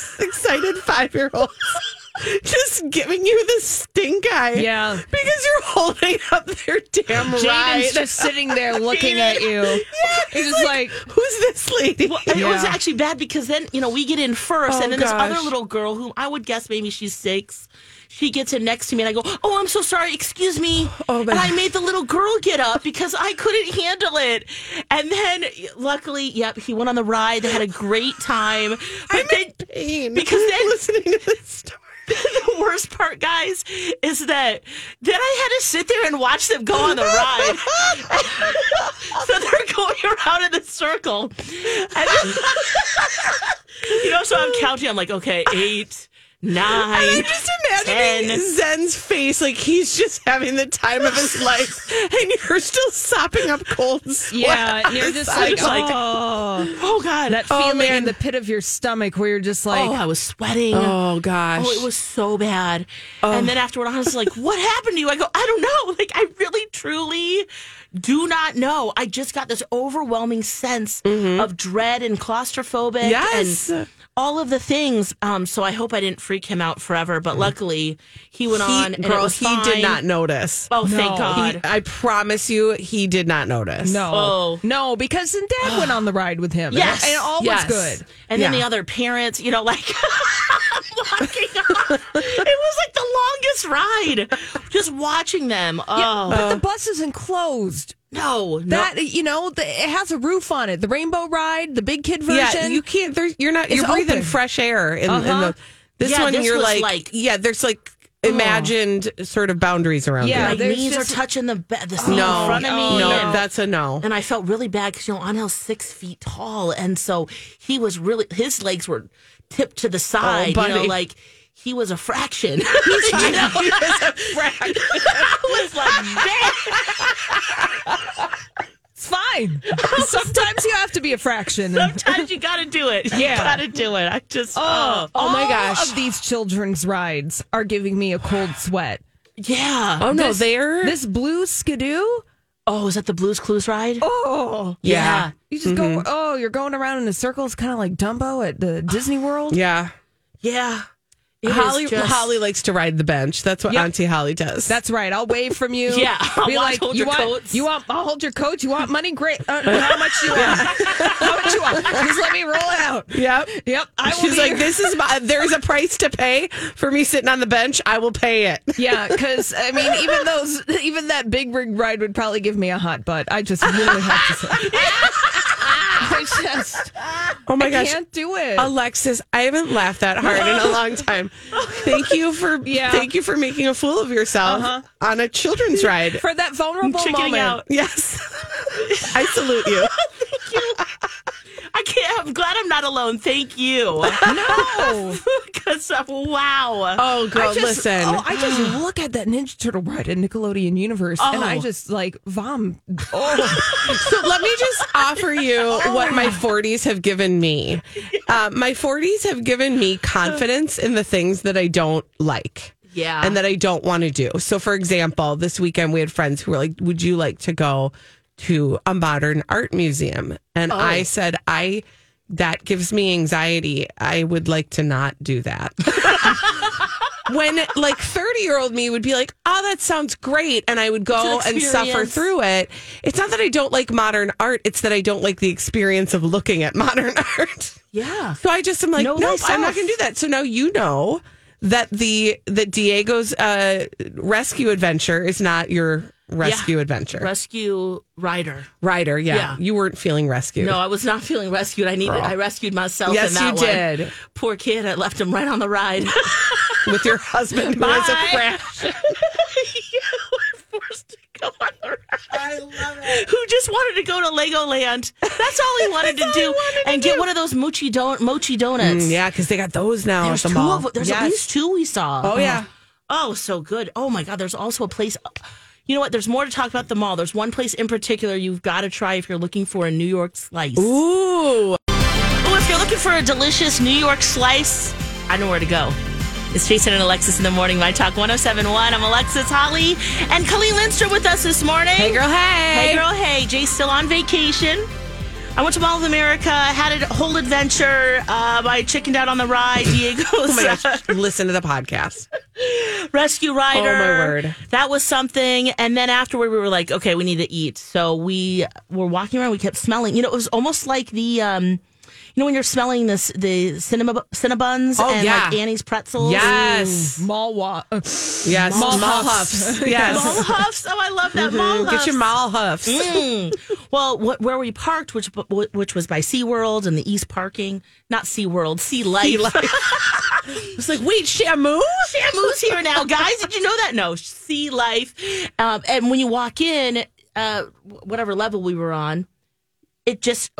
Speaker 2: five year olds *laughs* just giving you the stink eye.
Speaker 3: Yeah.
Speaker 2: Because you're holding up their damn
Speaker 3: Jaden's
Speaker 2: ride.
Speaker 3: just sitting there looking at you. He's just like,
Speaker 2: Who's this
Speaker 1: *laughs*
Speaker 2: lady?
Speaker 1: Well, and it was
Speaker 3: Yeah.
Speaker 1: actually bad because then you know we get in first,
Speaker 2: Oh,
Speaker 1: and then
Speaker 2: gosh.
Speaker 1: this other little girl, whom I would guess maybe she's six, she gets in next to me, and I go, "Oh, I'm so sorry, excuse me,"
Speaker 2: Oh,
Speaker 1: and
Speaker 2: man.
Speaker 1: I made the little girl get up because I couldn't handle it. And then, luckily, yep, he went on the ride. They had a great time, but then
Speaker 2: Pain. *laughs*
Speaker 1: because then
Speaker 2: listening to this story.
Speaker 1: *laughs* the worst part, guys, is that then I had to sit there and watch them go on the
Speaker 2: *laughs*
Speaker 1: ride. *laughs* so they're going around in a circle. And then- *laughs* you know, so I'm counting. I'm like, okay, eight,
Speaker 2: I'm
Speaker 1: nine.
Speaker 2: just imagining
Speaker 1: ten.
Speaker 2: Zen's face, like he's just having the time of his life, and you're still sopping up cold sweat.
Speaker 3: yeah, and you're just like,
Speaker 2: *laughs* It's like,
Speaker 3: oh,
Speaker 1: Oh God,
Speaker 3: that
Speaker 2: Oh,
Speaker 3: feeling
Speaker 2: man.
Speaker 3: in the pit of your stomach where you're just like,
Speaker 1: oh, I was sweating.
Speaker 2: Oh gosh.
Speaker 1: Oh, it was so bad. And then afterward, I was like, what happened to you? I go, I don't know. Like, I really, truly do not know. I just got this overwhelming sense of dread and claustrophobic
Speaker 2: Mm-hmm. Yes.
Speaker 1: and all of the things. Um, so I hope I didn't freak him out forever. But luckily, he went
Speaker 2: Mm. He-
Speaker 1: on. And it
Speaker 2: girl,
Speaker 1: was
Speaker 2: he
Speaker 1: fine.
Speaker 2: did not notice.
Speaker 1: Oh, thank
Speaker 3: No.
Speaker 1: God.
Speaker 2: I promise you, he did not notice.
Speaker 3: no,
Speaker 1: Oh.
Speaker 3: no, because then Dad went on the ride with him.
Speaker 1: Yes.
Speaker 3: and, and all
Speaker 2: Yes.
Speaker 3: was good.
Speaker 1: and then
Speaker 2: Yeah.
Speaker 1: the other parents, you know, like *laughs* I'm walking off. It was like the longest ride. Just watching them. Oh
Speaker 3: but the bus isn't closed.
Speaker 1: no, no.
Speaker 3: That you know, the, it has a roof on it. The Rainbow Ride, the big kid version.
Speaker 2: Yeah, *laughs* you can't. There's, you're not. You're
Speaker 3: It's
Speaker 2: breathing
Speaker 3: open.
Speaker 2: fresh air. In, in
Speaker 3: Uh-huh.
Speaker 2: the, this
Speaker 1: Yeah,
Speaker 2: one,
Speaker 1: this
Speaker 2: you're
Speaker 1: was
Speaker 2: like,
Speaker 1: like- Oh.
Speaker 2: yeah. There's like imagined sort of boundaries around.
Speaker 3: Yeah,
Speaker 1: my
Speaker 2: it.
Speaker 3: there's
Speaker 1: knees
Speaker 3: just-
Speaker 1: are touching the be- the seat
Speaker 2: no,
Speaker 1: in front of me.
Speaker 2: no,
Speaker 1: and,
Speaker 2: that's a no.
Speaker 1: and I felt really bad because you know Anel's six feet tall, and so he was really his legs were tipped to the side. you know,
Speaker 2: Oh, buddy.
Speaker 1: like he was a fraction.
Speaker 2: *laughs*
Speaker 1: *laughs* You know? I was like, "Dang."
Speaker 3: It's fine. *laughs* Sometimes you have to be a fraction.
Speaker 1: sometimes you got to do it. You
Speaker 3: Yeah.
Speaker 1: got to do it. I just
Speaker 3: Oh,
Speaker 1: oh,
Speaker 3: oh my
Speaker 2: all
Speaker 3: gosh!
Speaker 2: of
Speaker 3: these children's rides are giving me a cold sweat.
Speaker 1: yeah.
Speaker 2: oh no,
Speaker 3: this-
Speaker 2: there.
Speaker 3: This blue skidoo.
Speaker 1: Oh, is that the Blues Clues ride?
Speaker 3: Oh,
Speaker 1: yeah.
Speaker 3: you just go. Oh, you're going around in a circle. It's kind of like Dumbo at the Disney
Speaker 2: *gasps*
Speaker 3: World.
Speaker 2: yeah,
Speaker 1: yeah. It is
Speaker 2: Holly.
Speaker 1: just-
Speaker 2: Holly likes to ride the bench. That's what
Speaker 3: Yep.
Speaker 2: Auntie Holly does.
Speaker 3: That's right. I'll wave from you.
Speaker 1: Yeah, I'll
Speaker 3: be
Speaker 1: watch-
Speaker 3: like,
Speaker 1: hold
Speaker 3: you
Speaker 1: your
Speaker 3: want,
Speaker 1: coats."
Speaker 3: you want? I'll hold your coat. You want money? Great. Uh, how much you want? *laughs* how much you want? Just let me roll it out.
Speaker 2: Yep.
Speaker 3: Yep. I will
Speaker 2: *laughs* She's
Speaker 3: be
Speaker 2: like,
Speaker 3: *laughs* your-
Speaker 2: this is my, there's a price to pay for me sitting on the bench. I will pay it.
Speaker 3: Yeah, because I mean, even those, *laughs* even that big rig ride would probably give me a hot butt. I just really have *laughs* to say, I just,
Speaker 2: Oh my
Speaker 3: I
Speaker 2: gosh.
Speaker 3: can't do it.
Speaker 2: Alexis, I haven't laughed that hard in a long *laughs* time. Thank you for
Speaker 3: Yeah.
Speaker 2: thank you for making a fool of yourself on a children's ride.
Speaker 3: for that vulnerable
Speaker 1: Chickening
Speaker 3: moment.
Speaker 1: out.
Speaker 2: Yes. I salute you.
Speaker 1: I can't. I'm glad I'm not alone. Thank you.
Speaker 3: *laughs*
Speaker 1: *laughs*
Speaker 3: No.
Speaker 1: Because wow.
Speaker 2: Oh girl,
Speaker 3: *laughs* I just,
Speaker 2: listen.
Speaker 3: Oh, I *gasps* just look at that Ninja Turtle ride in Nickelodeon Universe, and I just like vom. *laughs* Oh,
Speaker 2: so let me just offer you what my 40s have given me. Uh, my 40s have given me confidence in the things that I don't like.
Speaker 1: Yeah.
Speaker 2: And that I don't want to do. So, for example, this weekend we had friends who were like, Would you like to go to a modern art museum? And I said, I. That gives me anxiety. I would like to not do that. when like 30 year old me would be like, oh, that sounds great. And I would go
Speaker 1: It's an
Speaker 2: and suffer
Speaker 1: experience.
Speaker 2: through it. It's not that I don't like modern art, it's that I don't like the experience of looking at modern *laughs* art.
Speaker 1: yeah.
Speaker 2: So I just am like,
Speaker 1: Know
Speaker 2: nope, I'm not
Speaker 1: thyself."
Speaker 2: going to do that. So now you know that the that Diego's uh, rescue adventure is not your rescue adventure.
Speaker 1: Rescue rider.
Speaker 2: Rider, yeah.
Speaker 1: Yeah.
Speaker 2: You weren't feeling rescued.
Speaker 1: No, I was not feeling rescued. I needed. I rescued myself.
Speaker 2: Yes,
Speaker 1: in that
Speaker 2: you
Speaker 1: one.
Speaker 2: did.
Speaker 1: Poor kid. I left him right on the
Speaker 2: *laughs*
Speaker 1: ride.
Speaker 2: With your husband who has a
Speaker 1: Bye. *laughs*
Speaker 2: crash.
Speaker 1: you were forced to go on the ride. I love it. Who just wanted to go to Legoland? *laughs* That's all he wanted to do, and get one of those mochi don- mochi donuts.
Speaker 2: Yeah, because they got those now
Speaker 1: There's
Speaker 2: at the
Speaker 1: two
Speaker 2: mall.
Speaker 1: of there's at
Speaker 2: Yes.
Speaker 1: least two we saw.
Speaker 2: Oh, yeah.
Speaker 1: Oh, so good. Oh my God. There's also a place. You know what? There's more to talk about the mall. There's one place in particular you've got to try if you're looking for a New York slice. Ooh.
Speaker 2: Ooh.
Speaker 1: if you're looking for a delicious New York slice, I know where to go. It's Jason and Alexis in the morning. My Talk 1071. I'm Alexis Holly and Colleen Lindstrom with us this morning.
Speaker 2: Hey girl, hey.
Speaker 1: Hey, girl. Hey. Jay's still on vacation. I went to Mall of America, had a whole adventure. Uh, I chickened out on the ride. Diego's
Speaker 2: Oh my gosh, listen to the podcast.
Speaker 1: rescue rider.
Speaker 2: Oh, my word.
Speaker 1: That was something. And then afterward, we were like, okay, we need to eat. So we were walking around. We kept smelling. You know, it was almost like the, um, you know, when you're smelling this, the cinema cinnabuns
Speaker 2: Oh,
Speaker 1: and like
Speaker 2: yeah.
Speaker 1: Annie's pretzels.
Speaker 2: Yes.
Speaker 3: Mall wa- uh,
Speaker 2: Yes.
Speaker 3: Mall
Speaker 2: Mall
Speaker 3: huffs.
Speaker 2: huffs.
Speaker 1: Mall
Speaker 2: Yes.
Speaker 1: huffs. Oh, I love that. Mall
Speaker 2: Mhm.
Speaker 1: huffs.
Speaker 2: Get your mall huffs.
Speaker 1: Mm. Well, what, where we parked, which which was by SeaWorld and the East Parking, not SeaWorld, Sea Life.
Speaker 2: It's like, wait, Shamu?
Speaker 1: Shamu's here now, guys. Did you know that? No, Sea Life. Um, and when you walk in, uh, whatever level we were on, it just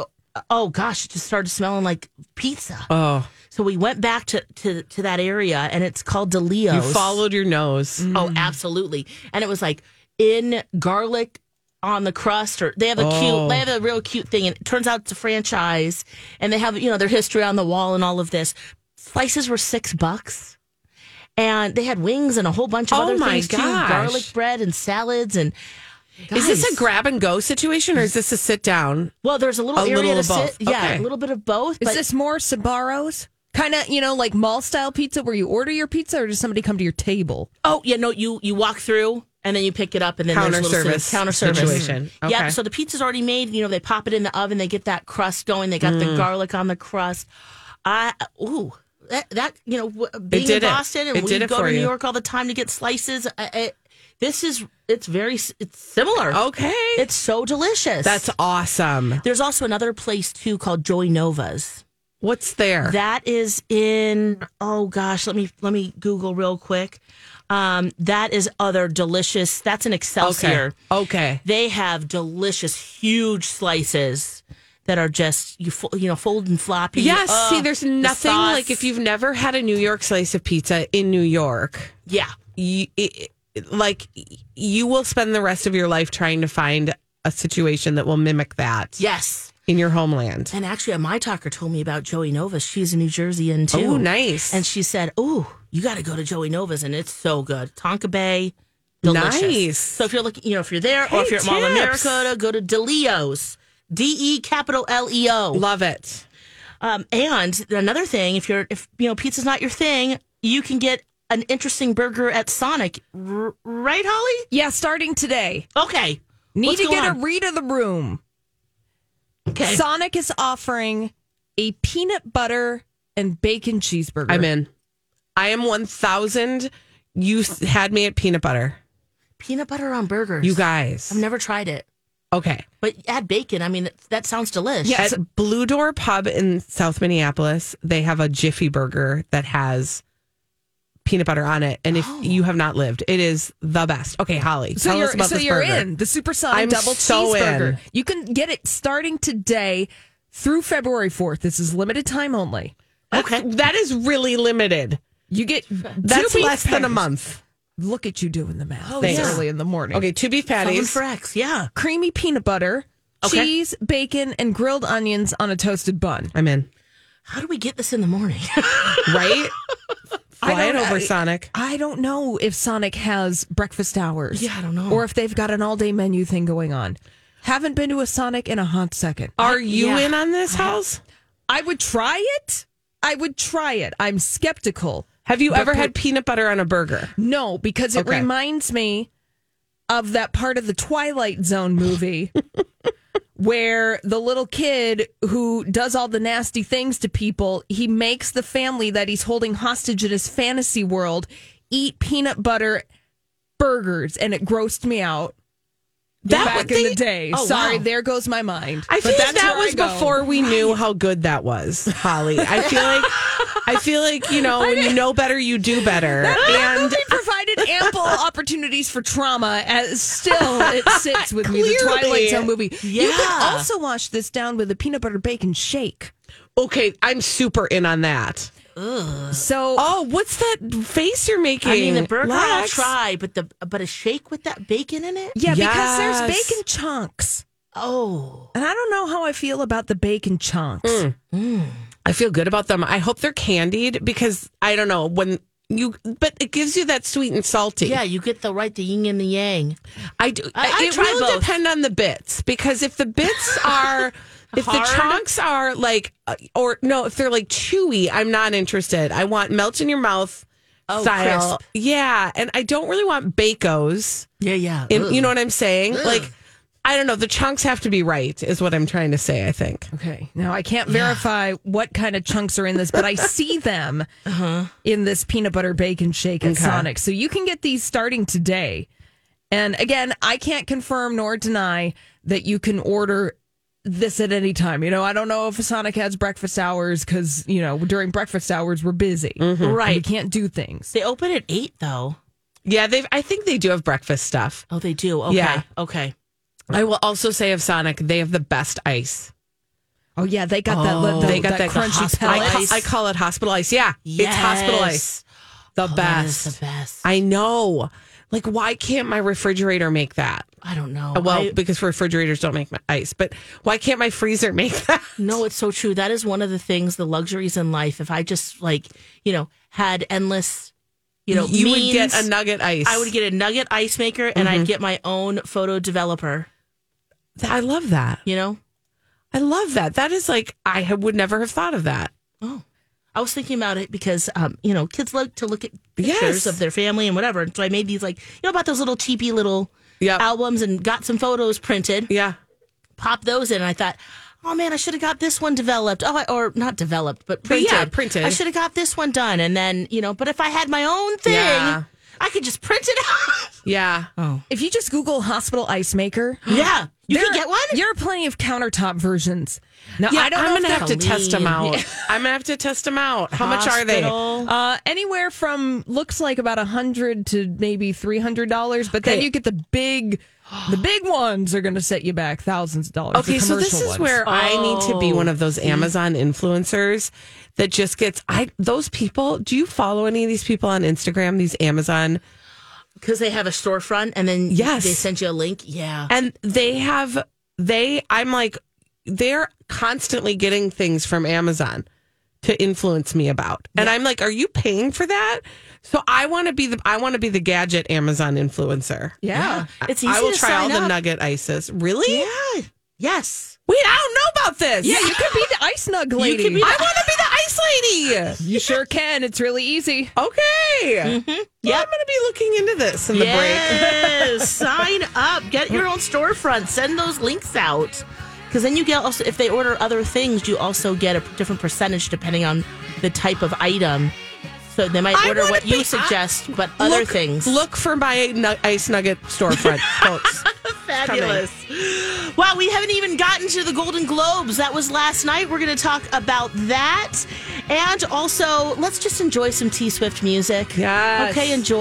Speaker 1: oh gosh, it just started smelling like pizza.
Speaker 2: Oh,
Speaker 1: So we went back to to, to that area, and it's called Delio's.
Speaker 2: you followed your nose.
Speaker 1: Oh, absolutely. And it was like in garlic on the crust or they have a
Speaker 2: Oh.
Speaker 1: cute they have a real cute thing and it turns out it's a franchise and they have you know their history on the wall and all of this slices were six bucks and they had wings and a whole bunch of
Speaker 2: Oh
Speaker 1: other
Speaker 2: my
Speaker 1: things too
Speaker 2: gosh.
Speaker 1: garlic bread and salads and
Speaker 2: Is this
Speaker 1: Guys.
Speaker 2: a grab and go situation or is this a sit down?
Speaker 1: well there's a little
Speaker 2: A
Speaker 1: area
Speaker 2: little
Speaker 1: to
Speaker 2: of both.
Speaker 1: sit yeah
Speaker 2: Okay.
Speaker 1: a little bit of both
Speaker 3: Is
Speaker 1: but
Speaker 3: this more Sabaros? Kind of, you know, like mall style pizza where you order your pizza or does somebody come to your table?
Speaker 1: oh yeah no you you walk through and then you pick it up and then
Speaker 2: Counter
Speaker 1: there's a little
Speaker 2: service
Speaker 1: sit- counter service
Speaker 2: situation. Okay.
Speaker 1: Yeah, so the pizza's already made. You know, they pop it in the oven. They get that crust going. They got
Speaker 2: Mm.
Speaker 1: the garlic on the crust. I ooh that, that you know w- being in
Speaker 2: did it.
Speaker 1: Boston
Speaker 2: It
Speaker 1: and we
Speaker 2: did it
Speaker 1: go
Speaker 2: for
Speaker 1: to New
Speaker 2: you.
Speaker 1: York all the time to get slices. I, I, this is it's very s- it's similar.
Speaker 2: Okay.
Speaker 1: It's so delicious.
Speaker 2: Oh. That's awesome.
Speaker 1: there's also another place too called Joy Nova's.
Speaker 2: What's there?
Speaker 1: That is in oh gosh, let me let me Google real quick. Um, that is other delicious. That's an Excelsior
Speaker 2: okay. Okay.
Speaker 1: they have delicious, huge slices that are just you fo- you know fold and floppy.
Speaker 2: Yes.
Speaker 1: Ugh,
Speaker 2: see, there's
Speaker 1: the
Speaker 2: nothing
Speaker 1: sauce.
Speaker 2: like if you've never had a New York slice of pizza in New York,
Speaker 1: yeah
Speaker 2: you, it, it- like you will spend the rest of your life trying to find a situation that will mimic that
Speaker 1: yes.
Speaker 2: in your homeland.
Speaker 1: And actually, my talker told me about Joey Novas. She's a New Jerseyan too.
Speaker 2: Oh, nice.
Speaker 1: And she said, "Oh, you got to go to Joey Novas, and it's so good. Tonka Bay, delicious.
Speaker 2: Nice.
Speaker 1: So if you're looking, you know, if you're there, or
Speaker 2: Hey,
Speaker 1: if you're at Mall of
Speaker 2: tips.
Speaker 1: America, go to Delio's, D E capital L E O.
Speaker 2: Love it.
Speaker 1: Um, and another thing, if you're if you know pizza's not your thing, you can get an interesting burger at Sonic, R- right, Holly?
Speaker 3: Yeah, starting today.
Speaker 1: Okay,
Speaker 3: Need
Speaker 1: What's
Speaker 3: to
Speaker 1: going
Speaker 3: get
Speaker 1: on?
Speaker 3: a read of the room.
Speaker 1: okay.
Speaker 3: Sonic is offering a peanut butter and bacon cheeseburger.
Speaker 2: I'm in. I am 1,000. You s- had me at peanut butter.
Speaker 1: peanut butter on burgers.
Speaker 2: You guys.
Speaker 1: I've never tried it,
Speaker 2: Okay.
Speaker 1: but add bacon. I mean, that, that sounds delicious.
Speaker 2: At Blue Door Pub in South Minneapolis, they have a Jiffy burger that has peanut butter on it. And if you have not lived, it is the best. Okay, Holly,
Speaker 3: So
Speaker 2: tell
Speaker 3: you're
Speaker 2: us about
Speaker 3: so
Speaker 2: this
Speaker 3: you're
Speaker 2: burger.
Speaker 3: in the supersonic
Speaker 2: I'm
Speaker 3: double
Speaker 2: so
Speaker 3: cheeseburger.
Speaker 2: in.
Speaker 3: You can get it starting today through February 4th. This is limited time only.
Speaker 2: Okay. That is really limited.
Speaker 3: You get
Speaker 2: That's
Speaker 3: two beef
Speaker 2: less than a
Speaker 3: patties.
Speaker 2: month.
Speaker 3: Look at you doing the math.
Speaker 1: Oh,
Speaker 3: It's
Speaker 1: yeah.
Speaker 3: early in the morning.
Speaker 2: Okay, two beef
Speaker 1: Oven
Speaker 2: patties.
Speaker 1: for X, yeah.
Speaker 3: creamy peanut butter,
Speaker 1: Okay.
Speaker 3: cheese, bacon, and grilled onions on a toasted bun.
Speaker 2: I'm in.
Speaker 1: How do we get this in the morning? *laughs*
Speaker 3: *laughs*
Speaker 2: Right? Fly it
Speaker 3: don't-
Speaker 2: over,
Speaker 3: I-
Speaker 2: Sonic.
Speaker 3: I don't know if Sonic has breakfast hours.
Speaker 1: Yeah, I don't know.
Speaker 3: Or if they've got an all day menu thing going on. Haven't been to a Sonic in a hot second.
Speaker 2: Are you
Speaker 1: yeah.
Speaker 2: in on this house?
Speaker 3: I would try it. I would try it. I'm skeptical.
Speaker 2: Have you
Speaker 3: But
Speaker 2: ever
Speaker 3: put-
Speaker 2: had peanut butter on a burger?
Speaker 3: No, because it
Speaker 2: Okay.
Speaker 3: reminds me of that part of the Twilight
Speaker 2: *laughs*
Speaker 3: Zone movie where the little kid who does all the nasty things to people, he makes the family that he's holding hostage in his fantasy world eat peanut butter burgers and it grossed me out.
Speaker 2: That
Speaker 3: back
Speaker 2: would
Speaker 3: in the
Speaker 2: they-
Speaker 3: day.
Speaker 1: Oh,
Speaker 3: Sorry,
Speaker 1: wow.
Speaker 3: there goes my mind.
Speaker 2: I
Speaker 3: But
Speaker 2: feel like
Speaker 3: that's
Speaker 2: that
Speaker 3: where I
Speaker 2: was
Speaker 3: go.
Speaker 2: before we knew how good that was, Holly. I feel like I feel like you know when you know better, you do *laughs* better. And
Speaker 3: They provided
Speaker 2: *laughs*
Speaker 3: ample opportunities for trauma as still it sits with me. The
Speaker 2: Clearly.
Speaker 3: Twilight Zone movie. You could
Speaker 1: Yeah.
Speaker 3: also wash this down with a peanut butter bacon shake.
Speaker 2: okay, I'm super in on that.
Speaker 3: So
Speaker 2: Oh, what's that face you're making?
Speaker 1: I mean, the burger I'll
Speaker 2: Lex?
Speaker 1: try, but the but a shake with that bacon in it.
Speaker 3: yeah, because there's
Speaker 2: yes.
Speaker 3: bacon chunks.
Speaker 1: Oh,
Speaker 3: And I don't know how I feel about the bacon chunks.
Speaker 2: Mm. I feel good about them. I hope they're candied because I don't know when you, but it gives you that sweet and salty.
Speaker 1: yeah. You get the right, the yin and the yang.
Speaker 2: I do.
Speaker 1: I- I
Speaker 2: it
Speaker 1: try
Speaker 2: will
Speaker 1: both.
Speaker 2: depend on the bits because if the bits are If
Speaker 1: Hard?
Speaker 2: the chunks are like, uh, or no, if they're like chewy, I'm not interested. I want melt in your mouth
Speaker 1: Oh,
Speaker 2: style.
Speaker 1: crisp.
Speaker 2: Yeah, and I don't really want bacos.
Speaker 1: Yeah, yeah.
Speaker 2: In, you know what I'm saying? Like, I don't know. The chunks have to be right, is what I'm trying to say. I think.
Speaker 3: Okay. Now I can't verify what kind of chunks are in this, but
Speaker 1: *laughs*
Speaker 3: I see them
Speaker 1: Uh-huh.
Speaker 3: in this peanut butter bacon shake at Sonic. So you can get these starting today. And again, I can't confirm nor deny that you can order this at any time. You know, I don't know if Sonic has breakfast hours because, you know, during breakfast hours we're busy.
Speaker 1: Mm-hmm.
Speaker 3: Right. We can't do things.
Speaker 1: They open at eight though.
Speaker 2: Yeah, they. have I think they do have breakfast stuff.
Speaker 1: Oh, they do. Okay.
Speaker 2: Yeah.
Speaker 1: Okay.
Speaker 2: I will also say of Sonic, they have the best ice.
Speaker 3: Oh, yeah. They got that,
Speaker 1: Oh,
Speaker 3: that,
Speaker 2: they got
Speaker 3: that,
Speaker 2: that
Speaker 3: crunchy
Speaker 1: hospital
Speaker 2: I,
Speaker 3: pellet.
Speaker 1: ice.
Speaker 2: ca- I call it hospital ice. Yeah, it's hospital
Speaker 1: Yes.
Speaker 2: ice. The
Speaker 1: Oh, that is
Speaker 2: best.
Speaker 1: the best.
Speaker 2: I know. Like, why can't my refrigerator make that?
Speaker 1: I don't know.
Speaker 2: well,
Speaker 1: I-
Speaker 2: because refrigerators don't make my ice, but why can't my freezer make *laughs* that?
Speaker 1: No, it's so true. That is one of the things, the luxuries in life. If I just like, you know, had endless, you know,
Speaker 2: you would
Speaker 1: means, Mm-hmm.
Speaker 2: get a nugget ice.
Speaker 1: I would get a nugget ice maker, and I'd get my own photo developer.
Speaker 2: I love that.
Speaker 1: You know,
Speaker 2: I love that. That is like I ha- would never have thought of that.
Speaker 1: I was thinking about it because, um, you know, kids like to look at pictures
Speaker 2: Yes.
Speaker 1: of their family and whatever. And so I made these like, you know, about those little cheapy little
Speaker 2: Yep.
Speaker 1: albums, and got some photos printed.
Speaker 2: Yeah.
Speaker 1: Pop those in, and I thought. Oh man, I should have got this one developed. Oh, I, or not developed, but
Speaker 2: But
Speaker 1: printed.
Speaker 2: yeah, printed.
Speaker 1: I should have got this one done, and then you know. But if I had my own thing,
Speaker 2: Yeah.
Speaker 1: I could just print it out.
Speaker 2: Yeah.
Speaker 1: Oh,
Speaker 3: If you just Google hospital ice maker,
Speaker 1: *laughs* Yeah, you
Speaker 3: there,
Speaker 1: can get one.
Speaker 3: There are plenty of countertop versions. Now,
Speaker 2: Yeah,
Speaker 3: I don't
Speaker 2: I'm
Speaker 3: know
Speaker 2: gonna
Speaker 3: if
Speaker 2: have to
Speaker 1: that's
Speaker 2: test them
Speaker 1: lean.
Speaker 2: out.
Speaker 1: *laughs*
Speaker 2: I'm gonna have to test them out. How much are they?
Speaker 1: Hospital.
Speaker 3: Uh, anywhere from looks like about a hundred to maybe three hundred dollars, but then
Speaker 2: Okay.
Speaker 3: you get the big, the big ones are going to set you back thousands of dollars. the
Speaker 2: Okay, so this
Speaker 3: commercial
Speaker 2: is
Speaker 3: ones.
Speaker 2: where I need to be one of
Speaker 1: Oh.
Speaker 2: those Amazon influencers that just gets I those people. Do you follow any of these people on Instagram? These Amazon
Speaker 1: because they have a storefront and then
Speaker 2: Yes.
Speaker 1: they send you a link. Yeah.
Speaker 2: and they have they I'm like they're constantly getting things from Amazon to influence me about. And I'm like, are you paying for that? So I want to be the I want to be the gadget Amazon influencer.
Speaker 3: yeah.
Speaker 1: It's
Speaker 2: I will
Speaker 1: to
Speaker 2: try all
Speaker 1: sign
Speaker 2: the
Speaker 1: up.
Speaker 2: nugget ices. Really?
Speaker 1: Yeah. Yes.
Speaker 2: Wait, I don't know about this.
Speaker 3: yeah, you could be the ice nug lady.
Speaker 1: could be the-
Speaker 2: I want to be the ice lady.
Speaker 3: you sure can. It's really easy.
Speaker 2: Okay.
Speaker 1: Mm-hmm.
Speaker 2: Yeah, I'm going to be looking into this in the break.
Speaker 1: *laughs* Yes. sign up. Get your own storefront. Send those links out. Because then you get also if they order other things, you also get a different percentage depending on the type of item. So they might
Speaker 2: I
Speaker 1: order
Speaker 2: wanna
Speaker 1: what
Speaker 2: be-
Speaker 1: you suggest, but other
Speaker 2: Look-
Speaker 1: things.
Speaker 2: Look for my nu- ice nugget storefront,
Speaker 1: *laughs*
Speaker 2: folks.
Speaker 1: Fabulous. Wow, we haven't even gotten to the Golden Globes. That was last night. We're going to talk about that. And also, let's just enjoy some T Swift music.
Speaker 2: Yes.
Speaker 1: Okay, enjoy.